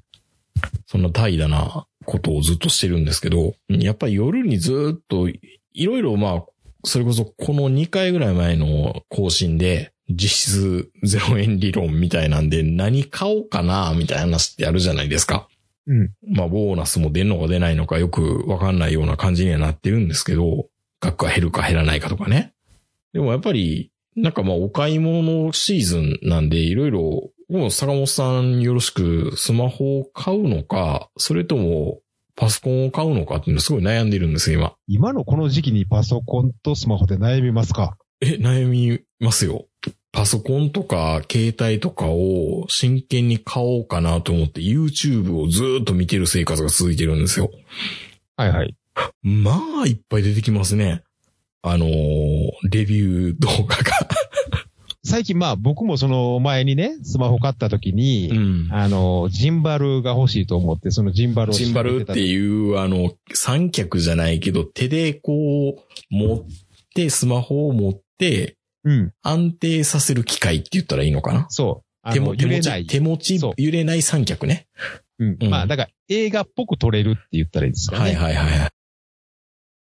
B: そんな怠惰なことをずっとしてるんですけど、やっぱり夜にずっと、いろいろまあ、それこそこの2回ぐらい前の更新で、実質0円理論みたいなんで何買おうかな、みたいな話ってあるじゃないですか。
C: うん
B: まあ、ボーナスも出んのか出ないのかよくわかんないような感じにはなってるんですけど、額が減るか減らないかとかね。でもやっぱり、なんかまあ、お買い物のシーズンなんで、いろいろ、もう坂本さんよろしく、スマホを買うのか、それとも、パソコンを買うのかっていうのすごい悩んでるんですよ、今。
C: 今のこの時期にパソコンとスマホで悩みますか
B: え、悩みますよ。パソコンとか携帯とかを真剣に買おうかなと思って YouTube をずーっと見てる生活が続いてるんですよ。
C: はいはい。
B: まあ、いっぱい出てきますね。あのーレビュー動画が。
C: 最近まあ僕もその前にね、スマホ買った時に、
B: ん
C: あの、ジンバルが欲しいと思って、そのジンバルを
B: ジンバルって
C: う。
B: いう、あの、三脚じゃないけど、手でこう、持って、スマホを持って、
C: うん、
B: 安定させる機械って言ったらいいのかな
C: そう。あ
B: 手
C: の
B: も手持
C: 揺れない
B: ち、。手持ち
C: そう、
B: 揺れない三脚ね。
C: うん
B: うん
C: まあ、だから映画っぽく撮れるって言ったらいいですかね。
B: はいはいはいはい。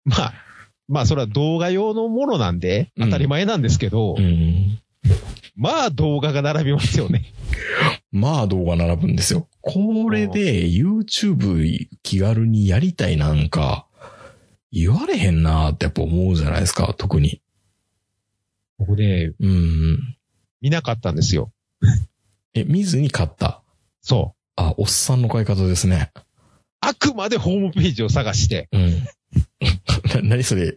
C: まあ、まあ、それは動画用のものなんで、
B: うん
C: 当たり前なんですけど、
B: うん
C: まあ動画が並びますよね。
B: まあ動画並ぶんですよ。これで YouTube 気軽にやりたいなんか言われへんなーってやっぱ思うじゃないですか、特に。
C: 僕ね、
B: うん。
C: 見なかったんですよ。
B: え、見ずに買った。
C: そう。
B: あ、おっさんの買い方ですね。
C: あくまでホームページを探して、
B: うん。 な、なにそれ、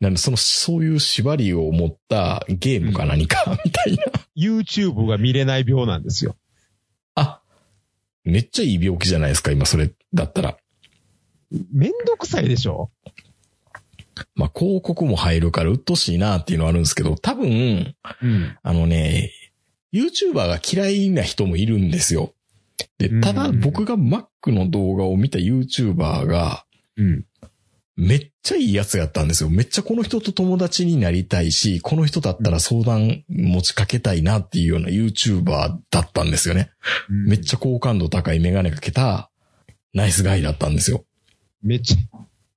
B: なんその、そういう縛りを持ったゲームか何か、みたいな。
C: YouTube が見れない病なんですよ。
B: あ、めっちゃいい病気じゃないですか、今それだったら。
C: めんどくさいでしょ
B: まあ広告も入るから鬱陶しいなっていうのはあるんですけど、多分、
C: うん。
B: あのね、YouTuber が嫌いな人もいるんですよ。
C: う
B: で、
C: ん
B: ただ僕が Mac の動画を見た YouTuber が、
C: うん。
B: めっちゃいいやつやったんですよ。めっちゃこの人と友達になりたいし、この人だったら相談持ちかけたいなっていうような YouTuber だったんですよね。めっ
C: ゃ、
B: ちゃ好感度高いメガネかけたナイスガイだったんですよ。
C: めっちゃ、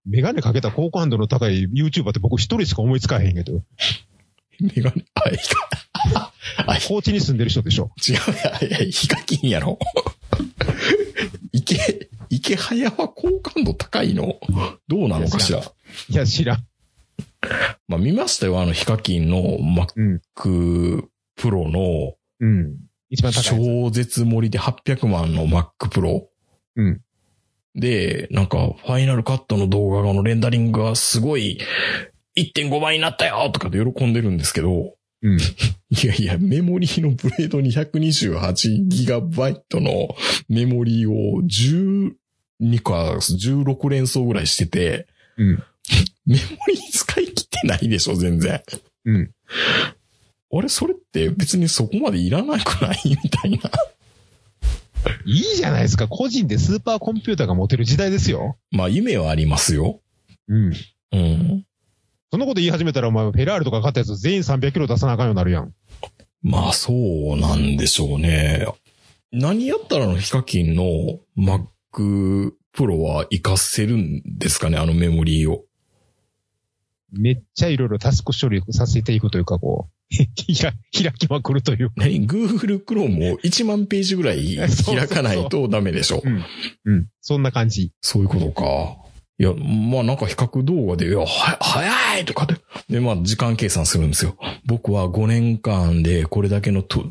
C: メガネかけた好感度の高い YouTuber って僕一人しか思いつかへんけど、
B: メガネ、あ、ヒカ、あ、ひ
C: 高知に住んでる人でしょ。
B: 違う、いやいや、ヒカキンやろ。 池、池早は好感度高いのどうなのかしら。
C: いや、知らん。
B: まあ見ましたよ、あのヒカキンの
C: うん。
B: Mac Pro の
C: うん。一番高いやつ。
B: 超絶盛りで800万の Mac Pro。
C: うん。
B: で、なんか、ファイナルカットの動画のレンダリングがすごい1.5倍になったよとかで喜んでるんですけど、
C: うん。
B: いやいや、メモリーのブレード 228GB のメモリーを12か16連想ぐらいしてて、
C: うん。
B: メモリー使い切ってないでしょ、全然。
C: うん。
B: あれ、それって別にそこまでいらなくないみたいな。
C: いいじゃないですか。個人でスーパーコンピューターが持てる時代ですよ。
B: まあ、夢はありますよ。
C: うん。
B: うん。
C: そんなこと言い始めたらお前、フェラーリとか買ったやつ全員300キロ出さなあかんようになるやん。
B: まあ、そうなんでしょうね。何やったらあのヒカキンの Mac Pro は活かせるんですかね、あのメモリーを。
C: めっちゃいろいろタスク処理させていくというか、こう、 ひら開きまくるという。
B: 何 ?Google Chrome を1万ページぐらい開かないとダメでしょ。
C: ん。うん。そんな感じ。
B: そういうことか。いや、まあなんか比較動画で、いや、は、早いとかで。で、まあ時間計算するんですよ。僕は5年間でこれだけのと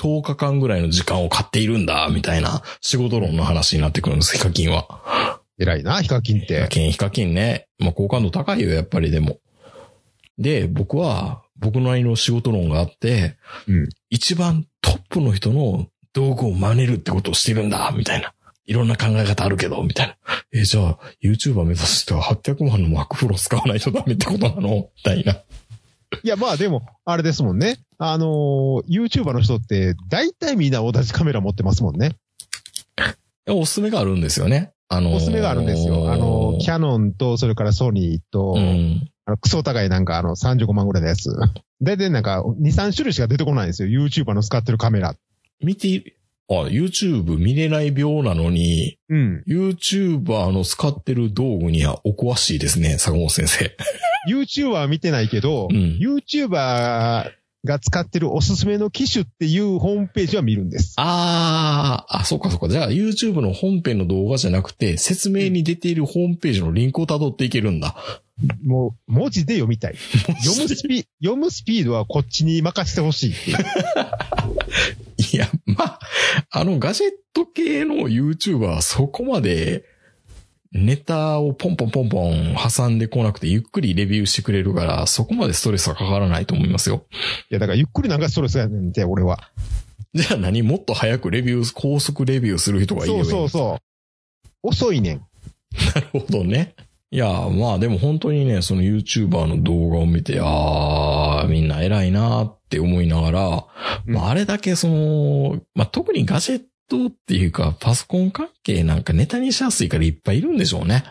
B: 10日間ぐらいの時間を買っているんだ、みたいな仕事論の話になってくるんです、ヒカキンは。
C: 偉いな、ヒカキンっ
B: ヒカ
C: て。
B: キン、ヒカキンね。まあ好感度高いよ、やっぱりでも。で、僕は、僕のりの仕事論があって、
C: うん
B: 一番トップの人の道具を真似るってことをしてるんだ、みたいな。いろんな考え方あるけど、みたいな。え、じゃあ、YouTuber 目指す人は800万の Mac Pro 使わないとダメってことなのみたいな。
C: いや、まあでも、あれですもんね。あのー、YouTuber の人って、大体みんな同じカメラ持ってますもんね。
B: おすすめがあるんですよね。あのー
C: おすすめがあるんですよ。あのー、キャノンと、それからソニーと、
B: うん。
C: あのクソ高いなんかあの35万ぐらいのやつ。 大体なんか2、3種類しか出てこないんですよ。YouTuber の使ってるカメラ。
B: 見て、あ、YouTube 見れない病なのに、
C: うん。
B: YouTuber の使ってる道具にはお詳しいですね、坂本先生。
C: YouTuber は見てないけど、
B: うん
C: YouTuber が使ってるおすすめの機種っていうホームページは見るんです。
B: あー、あ、そうかそうか。じゃあ YouTube の本編の動画じゃなくて、説明に出ているホームページのリンクを辿っていけるんだ。
C: もう、文字で読みたい。読むスピ、読むスピードはこっちに任せてほしいっていう。
B: いや、まあ、あのガジェット系の YouTuber はそこまでネタをポンポンポンポン挟んでこなくてゆっくりレビューしてくれるから、そこまでストレスはかからないと思いますよ。
C: いや、だからゆっくりなんかストレスやねんて、俺は。
B: じゃあ何もっと早くレビュー、高速レビューする人がいい
C: そ
B: よ
C: うそうそう。遅いねん。
B: なるほどね。いや、まあでも本当にね、その YouTuber の動画を見て、あー、みんな偉いなーって思いながら、
C: うん
B: まああれだけその、まあ特にガジェットっていうか、パソコン関係なんかネタにしやすいからいっぱいいるんでしょうね。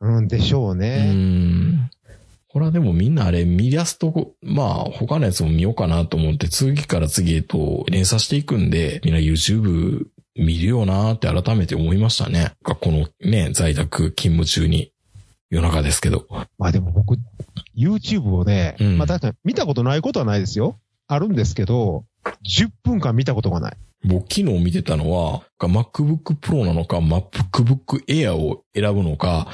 C: うんでしょう
B: う
C: ね。
B: ん。これはでもみんなあれ見出すとこ、まあ他のやつも見ようかなと思って次から次へと連鎖していくんで、みんな YouTube 見るよなって改めて思いましたね。このね、在宅勤務中に。夜中ですけど。
C: まあでも僕、YouTube をね、
B: うん
C: まあ確かに見たことないことはないですよ。あるんですけど、10分間見たことがない。
B: 僕昨日見てたのは、MacBook Pro なのか、MacBook Air を選ぶのか、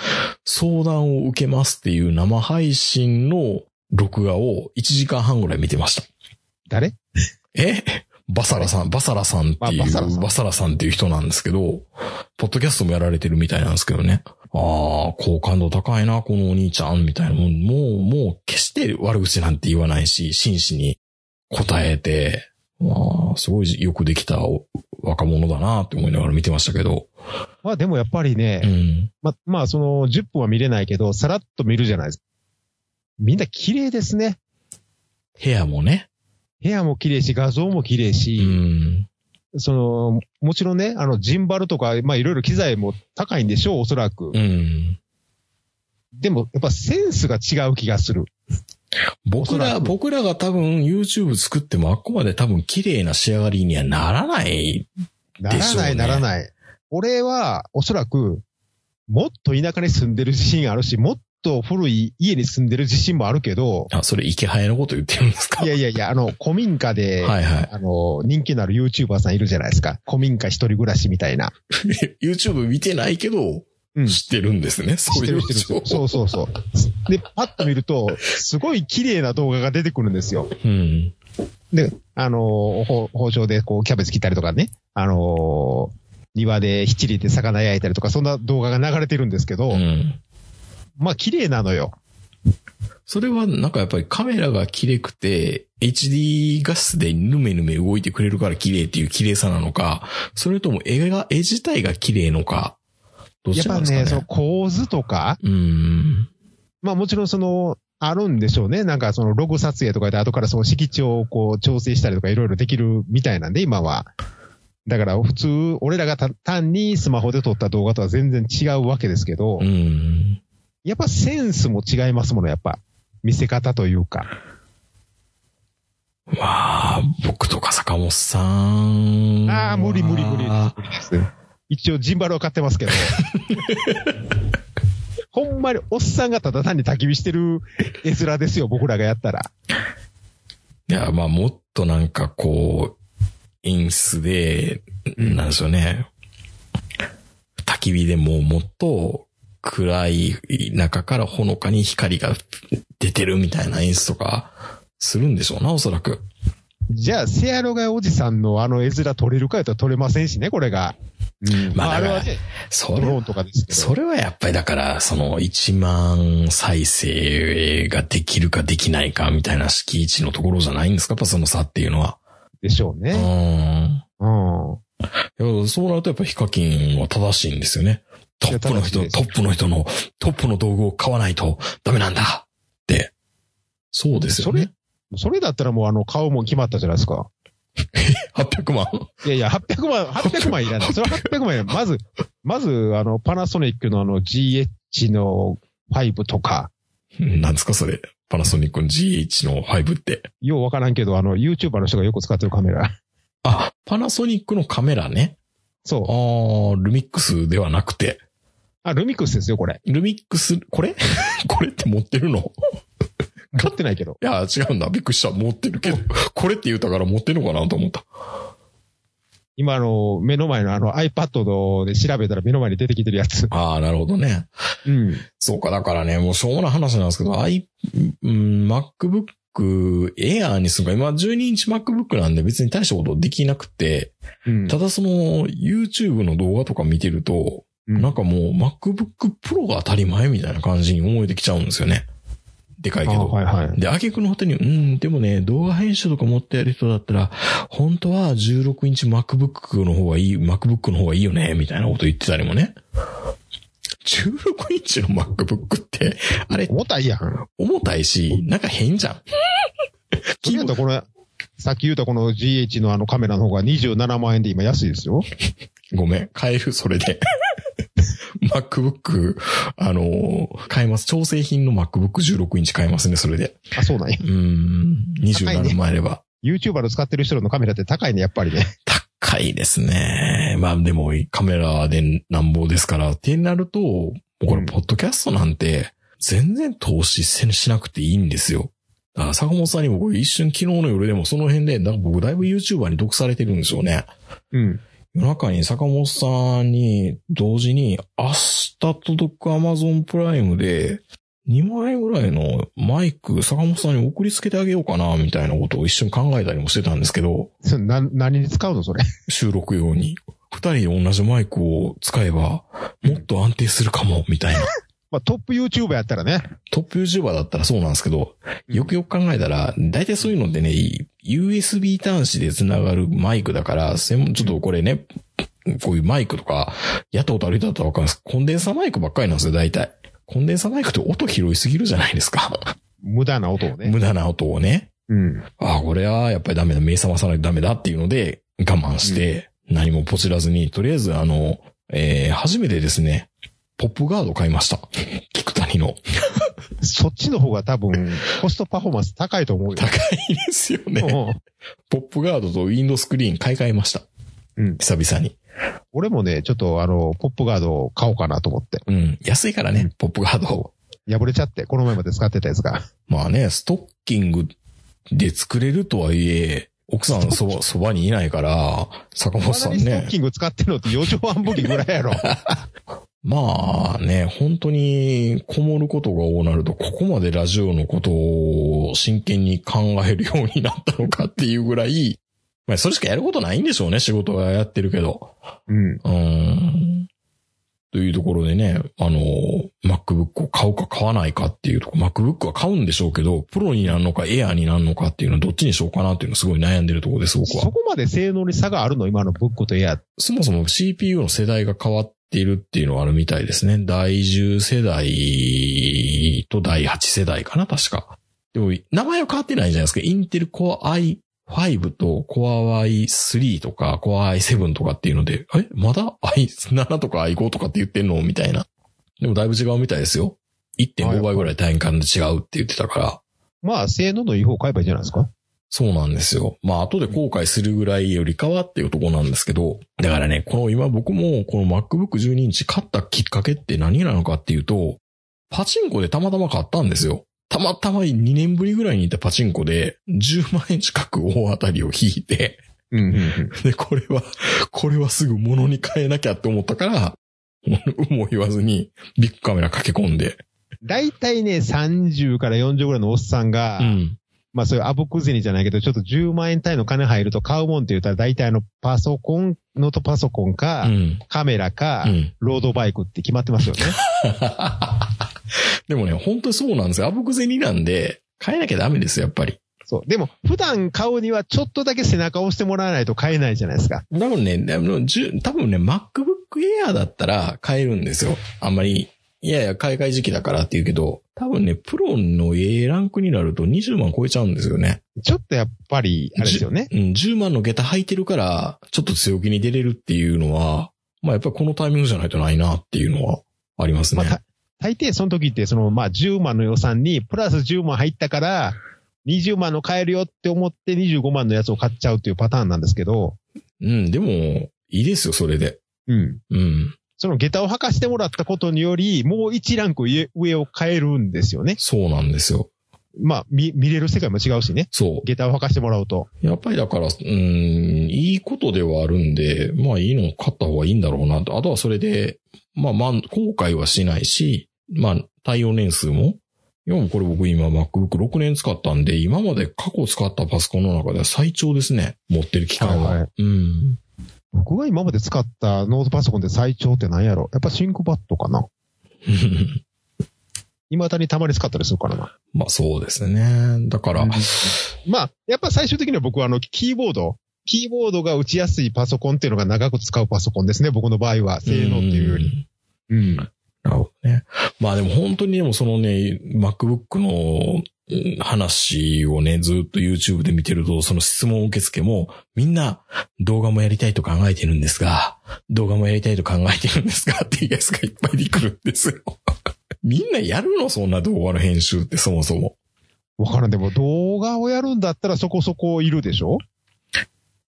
B: 相談を受けますっていう生配信の録画を1時間半ぐらい見てました。
C: 誰
B: えバサラさん、バサラさんっていう、
C: あ
B: バサ
C: バサラさん
B: ラさんっていう人なんですけど、ポッドキャストもやられてるみたいなんですけどね。ああ、好感度高いな、このお兄ちゃん、みたいな。もう、もう、もう決して悪口なんて言わないし、真摯に答えて、まあ、すごいよくできたお若者だなって思いながら見てましたけど。
C: まあでもやっぱりね、
B: うん。
C: ま、まあその10分は見れないけど、さらっと見るじゃないですか。みんな綺麗ですね。
B: 部屋もね。
C: 部屋も綺麗し、画像も綺麗
B: う
C: し、
B: ん。
C: その、もちろんね、あの、ジンバルとか、まあいろいろ機材も高いんでしょう、おそらく。
B: うん。
C: でも、やっぱセンスが違う気がする。
B: 僕
C: おそ
B: ら、
C: らく
B: 僕らが多分 YouTube 作ってもあっこまで多分綺麗な仕上がりにはならない。
C: ならない、ならない。俺は、おそらく、もっと田舎に住んでる自信あるし、もっと古い家に住んでる自信もある けど、
B: あ、それ池早のこと言ってるんですか
C: いやいやいや、あの、古民家で、
B: はいはい。
C: あの、人気のある YouTuber さんいるじゃないですか。古民家一人暮らしみたいな。
B: YouTube 見てないけど、
C: うん
B: 知ってるんですね。
C: 知
B: そ
C: っ
B: うい
C: てる
B: う
C: 知ってる知ってる。
B: 情報
C: そうそうそう。で、パッと見ると、すごい綺麗な動画が出てくるんですよ。
B: うん。
C: で、あのーほ包丁でこうキャベツ切ったりとかね、あのー庭で七輪で魚焼いたりとか、そんな動画が流れてるんですけど、
B: うん。
C: まあ綺麗なのよ。
B: それはなんかやっぱりカメラが綺麗くて、HD 画質でヌメヌメ動いてくれるから綺麗っていう綺麗さなのか、それとも絵が、絵自体が綺麗のか、どっ
C: やっ
B: ちな
C: ぱ
B: んですか
C: ね、
B: ね。
C: その構図とか、
B: うん。
C: まあもちろんその、あるんでしょうね。なんかそのログ撮影とかで後からその敷地をこう調整したりとかいろいろできるみたいなんで、今は。だから普通、俺らがた単にスマホで撮った動画とは全然違うわけですけど、
B: うん。
C: やっぱセンスも違いますもの、やっぱ。見せ方というか。
B: まあ、僕とか坂本さんは。
C: ああ、無理無理無理無理です。一応ジンバルを買ってま すけど。ほんまにおっさんがただ単に焚き火してる絵面ですよ、僕らがやったら。
B: いや、まあ、もっとなんかこう、演出で、
C: うん
B: なんでしょうね。焚き火でもうもっと暗い中からほのかに光が出てるみたいな演出とかするんでしょうな、おそらく。
C: じゃあ、せやろがいおじさんのあの絵面撮れるかやったら撮れませんしね、これが。うん
B: まあ
C: まあ、
B: だ
C: あれ
B: から
C: はね、
B: そ
C: ド
B: れ
C: ロー
B: は
C: ンとかですけど。
B: それはやっぱりだから、その1万再生ができるかできないかみたいな敷地のところじゃないんですかやっぱその差っていうのは。
C: でしょう
B: う
C: ね。
B: ん。
C: うん。
B: いやそうなるとやっぱヒカキンは正しいんですよね。トップの人、
C: いや正しいです
B: トップの人の、トップの道具を買わないとダメなんだって。そうですよね。
C: それだったらもうあの顔も決まったじゃないですか。
B: 800万。
C: いやいや、800万、800万いらない。それは800万いらない。まず、まず、あの、パナソニックのあの GH の5とか、
B: なんですかそれ。パナソニックの GH の5って。
C: ようわからんけど、あの、YouTuber の人がよく使ってるカメラ。
B: あ、パナソニックのカメラね。あ
C: そ
B: ー
C: う。
B: ルミックスではなくて。
C: あ、ルミックスですよ、これ。
B: ルミックス、これこれって持ってるの
C: 買ってないけど。
B: いや、違うんだ。びっくりした。持ってるけど。これって言うたから持ってんのかなと思った。
C: 今あの、目の前のあの iPad ので調べたら目の前に出てきてるやつ。
B: ああ、なるほどね。
C: うん。
B: そうか、だからね、もうしょうもない話なんですけど、i、うん、MacBook Air にするか、今12インチ MacBook なんで別に大したことできなくて、
C: うん。
B: ただその YouTube の動画とか見てると、
C: うん
B: なんかもう MacBook Pro が当たり前みたいな感じに思えてきちゃうんですよね。でかいけ
C: あ
B: ど。
C: はいはい。
B: で、挙句の果てに、うん、でもね、動画編集とか持ってやる人だったら、本当は16インチ MacBook の方がいい、MacBook の方がいいよね、みたいなこと言ってたりもね。16インチの MacBook って、あれ、
C: 重たいやん。
B: 重たいし、なんか変じゃん。
C: とりあえずこれ、さっき言ったこの GH のあのカメラの方が27万円で今安いですよ。
B: ごめん、買える、それで。MacBook、あのー買えます。調整品の MacBook16 インチ買えますね、それで。
C: あ、そうなんや
B: う。ーん、27万あれば。
C: YouTuber の使ってる人らのカメラって高いね、やっぱりね。
B: 高いですね。まあでもカメラでなんぼですから、ってなると、もうこ
C: う
B: れ
C: ん
B: ポッドキャストなんて全然投資せしなくていいんですよ。だから坂本さんに僕一瞬昨日の夜でもその辺で、なんか僕だいぶ YouTuber に毒されてるんでしょうね。
C: うん。
B: 夜中に坂本さんに同時に明日届く Amazon プライムで2万円ぐらいのマイク坂本さんに送りつけてあげようかなみたいなことを一瞬考えたりもしてたんですけど、
C: そな、何に使うの、それ。
B: 収録用に、二人で同じマイクを使えば、もっと安定するかも、みたいな。
C: まあ、トップ YouTuber やったらね。
B: トップ YouTuber だったらそうなんですけど、よくよく考えたら、大体そういうのってね、USB 端子で繋がるマイクだから、専門ちょっとこれね、こういうマイクとか、やったことある人だったらわかるんですコンデンサーマイクばっかりなんですよ、大体。コンデンサーマイクって音拾いすぎるじゃないですか。
C: 無駄な音をね。
B: 無駄な音をね。
C: うん。
B: ああ、これはやっぱりダメだ、目覚まさないとダメだっていうので、我慢して、何もポチらずに、とりあえずあの、えー、初めてですね、ポップガード買いました。菊谷の。
C: そっちの方が多分、コストパフォーマンス高いと思うよ。
B: 高いですよね。
C: うん
B: ポップガードとウィンドスクリーン買い替えました。
C: うん
B: 久々に。
C: 俺もね、ちょっとあの、ポップガードを買おうかなと思って。
B: うん。安いからね、ポップガード。
C: 破れちゃって、この前まで使ってたやつが。
B: まあね、ストッキングで作れるとはいえ、奥さんそば、そばにいないから、坂本さん
C: 未だにスト
B: ね
C: ッ。キング使ってるのって4畳半分ぐら いやろ。
B: まあね、本当にこもることが多なると、ここまでラジオのことを真剣に考えるようになったのかっていうぐらい、まあそれしかやることないんでしょうね、仕事はやってるけど。
C: うん。
B: うーん。というところでね、あの、MacBook を買うか買わないかっていうとこ、MacBook は買うんでしょうけど、プロになるのか Air になるのかっていうのはどっちにしようかなっていうのすごい悩んでるところです、僕は
C: そ。こまで性能に差があるの今のブックとエア。
B: そもそも CPU の世代が変わっているっていうのはあるみたいですね。第10世代と第8世代かな、確か。でも、名前は変わってないじゃないですか。インテル Core i5 と Core i3 とか Core i7 とかっていうので、えまだ i7 とか i5 とかって言ってんのみたいな。でもだいぶ違うみたいですよ。1.5倍ぐらい単位感で違うって言ってたから。
C: まあ、性能のいい方買えばいいんじゃないですか。
B: そうなんですよ。まあ、後で後悔するぐらいよりかはっていうとこなんですけど、だからね、この今僕もこの MacBook 12インチ買ったきっかけって何なのかっていうと、パチンコでたまたま買ったんですよ。たまたま2年ぶりぐらいに行ったパチンコで10万円近く大当たりを引いて、
C: うん、うん。
B: で、これは、これはすぐ物に変えなきゃって思ったから、有無を言わずにビッグカメラ駆け込んで、
C: だいたいね、30から40ぐらいのおっさんが、
B: うん。
C: まあそういうあぶく銭じゃないけど、ちょっと10万円単位の金入ると買うもんって言ったら、大体あの、パソコン、ノートパソコンか、
B: うん。
C: カメラか、
B: うん。
C: ロードバイクって決まってますよ ね。
B: でもね、本当にそうなんですよ。あぶく銭なんで、変えなきゃダメですよ、やっぱり。
C: そう。でも、普段買うにはちょっとだけ背中を押してもらわないと買えないじゃないですか。
B: 多分ね、でもじゅ多分ね、MacBook Air だったら変えるんですよ。あんまり、いやいや、買い替え時期だからって言うけど、多分ね、プロの A ランクになると20万超えちゃうんですよね。
C: ちょっとやっぱり、あれですよね。
B: うん、10万の下駄履いてるから、ちょっと強気に出れるっていうのは、まあやっぱりこのタイミングじゃないとないなっていうのはありますね。
C: まあ、た大抵その時って、その、まあ、10万の予算に、プラス10万入ったから、20万の買えるよって思って25万のやつを買っちゃうっていうパターンなんですけど、
B: うん、でも、いいですよ、それで。
C: うん。
B: うん。
C: その下駄を履かしてもらったことにより、もう1ランク上上を変えるんですよね。
B: そうなんですよ。
C: まあ、見、見れる世界も違うしね。
B: そう。
C: 下駄を履かしてもらうと。
B: やっぱりだから、うーん、いいことではあるんで、まあいいのを買った方がいいんだろうなと。あとはそれで、まあまあ、後悔はしないし、まあ、対応年数も。いや、もうこれ僕今 MacBook6 年使ったんで、今まで過去使ったパソコンの中では最長ですね。持ってる期間は。
C: はいはい
B: うん。
C: 僕が今まで使ったノートパソコンで最長って何やろやっぱシンクパッドかな未だにたまに使ったりするからな。
B: まあそうですね。だから、
C: うんまあ、やっぱ最終的には僕はあの、キーボード、キーボードが打ちやすいパソコンっていうのが長く使うパソコンですね。僕の場合は、性能っていうより。うん。
B: なるほどね。まあでも本当にでもそのね、MacBook のうん話をね、ずっと YouTube で見てると、その質問受付も、みんな動画もやりたいと考えてるんですが、動画もやりたいと考えてるんですが、っていうやつがいっぱいで来るんですよ。 みんなやるのそんな動画の編集ってそもそも。
C: わからん。でも動画をやるんだったらそこそこいるでしょ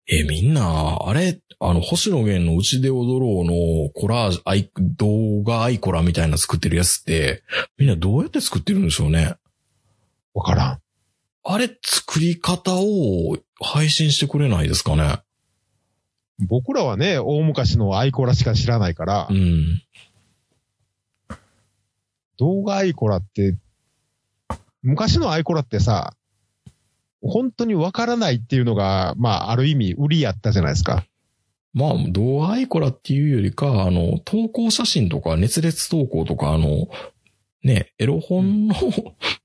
B: え、みんな、あれ、あの、星野源のうちで踊ろうのコラージュ、アイ動画アイコラみたいな作ってるやつって、みんなどうやって作ってるんでしょうね。
C: わからん。
B: あれ、作り方を配信してくれないですかね。
C: 僕らはね、大昔のアイコラしか知らないから、
B: うん。
C: 動画アイコラって、昔のアイコラってさ、本当にわからないっていうのが、まあ、ある意味売りやったじゃないですか。
B: まあ、動画アイコラっていうよりか、あの、投稿写真とか、熱烈投稿とか、あの、ね、エロ本の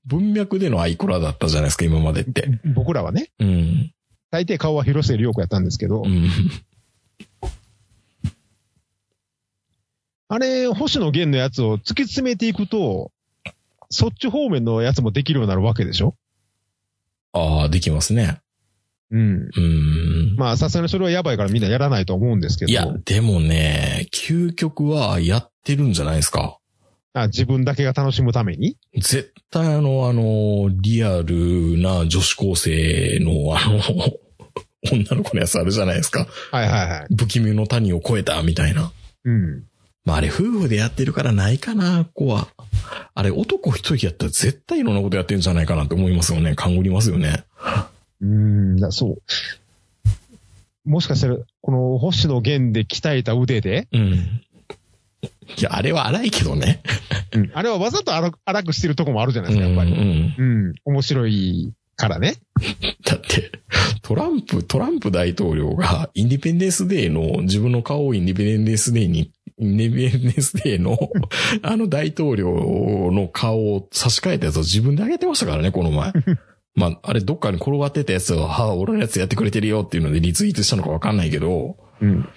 B: 文脈でのアイコラだったじゃないですか、今までって。
C: 僕らはね、
B: うん。
C: 大抵顔は広瀬良子やったんですけど、
B: うん。
C: あれ、星野源のやつを突き詰めていくと、そっち方面のやつもできるようになるわけでしょ
B: ああ、できますね。
C: うん。
B: うん。
C: まあ、さすがにそれはやばいからみんなやらないと思うんですけど、
B: いや、でもね、究極はやってるんじゃないですか。
C: あ自分だけが楽しむために
B: 絶対あの、あの、リアルな女子高生のあの、 女の子のやつあるじゃないですか。
C: はいはいはい。
B: 不気味の谷を越えたみたいな。
C: うん。
B: まああれ夫婦でやってるからないかな、子は。あれ男一人やったら絶対いろんなことやってるんじゃないかなって思いますよね。勘ぐりますよね。
C: うーん、だそう。もしかしたら、この星野源で鍛えた腕で、
B: うん。いや、あれは荒いけどね。
C: うん、あれはわざと荒く荒くしてるとこもあるじゃな
B: う
C: い
B: ん、
C: です
B: う
C: か、やっぱり。
B: ん。
C: うん、面白いからね。
B: だって、トランプ、トランプ大統領がインディペンデンスデーの、自分の顔をインディペンデンスデーに、インディペンデンスデーの、 あの大統領の顔を差し替えたやつを自分で上げてましたからね、この前。まあ、あれどっかに転がってたやつを、はあ、俺のやつやってくれてるよっていうのでリツイートしたのかわかんないけど、
C: うん。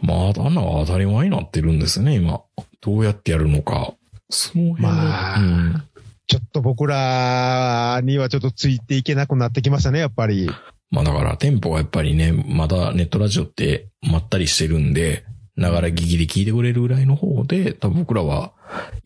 B: まあ、あんなのが当たり前になってるんですね、今。どうやってやるのか。その辺の
C: まあ
B: うん
C: ちょっと僕らにはちょっとついていけなくなってきましたね、やっぱり。
B: まあだからテンポがやっぱりね、まだネットラジオってまったりしてるんで、ながら聞きで聞いてくれるぐらいの方で、多分僕らは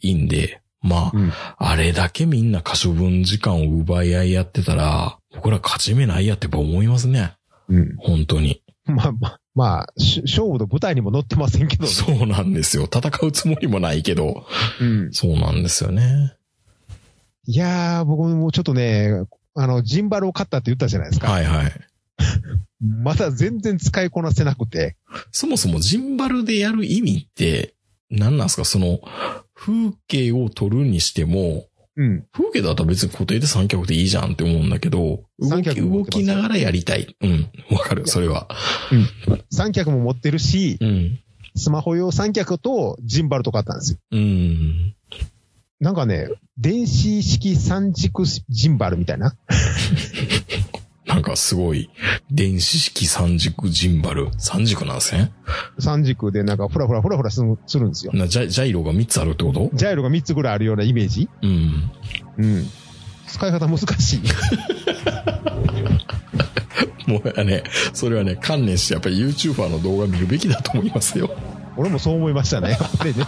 B: いいんで、ま
C: うん
B: あ、あれだけみんな可処分時間を奪い合いやってたら、僕ら勝ち目ないやってやっぱ思いますね。
C: うん。
B: 本当に。
C: まあまあ、まあ、し勝負の舞台にも乗ってませんけど、
B: そうなんですよ。戦うつもりもないけど、
C: うん。
B: そうなんですよね。
C: いやー、僕もちょっとね、あの、ジンバルを買ったって言ったじゃないですか。
B: はいはい。
C: まだ全然使いこなせなくて。
B: そもそもジンバルでやる意味って何なんですかその、風景を撮るにしても、
C: うん。
B: 風景だったら別に固定で三脚でいいじゃんって思うんだけど、動
C: 三
B: き
C: 脚
B: 動きながらやりたい。うん。わかる、それは。
C: 三脚も持ってるし、
B: うん。
C: スマホ用三脚とジンバルとかあったんですよ。
B: うん。
C: なんかね、電子式三軸ジンバルみたいな。
B: なんかすごい、電子式三軸ジンバル。三軸なんですね。
C: 三軸でなんかフラフラフラフラするするんですよ。
B: なジャイジャイロが3つあるってこと
C: ジャイロが3つぐらいあるようなイメージ。
B: うん。
C: うん。使い方難しい。
B: もうやね、それはね、観念してやっぱり YouTuber の動画見るべきだと思いますよ。
C: 俺もそう思いましたね。やっぱりね。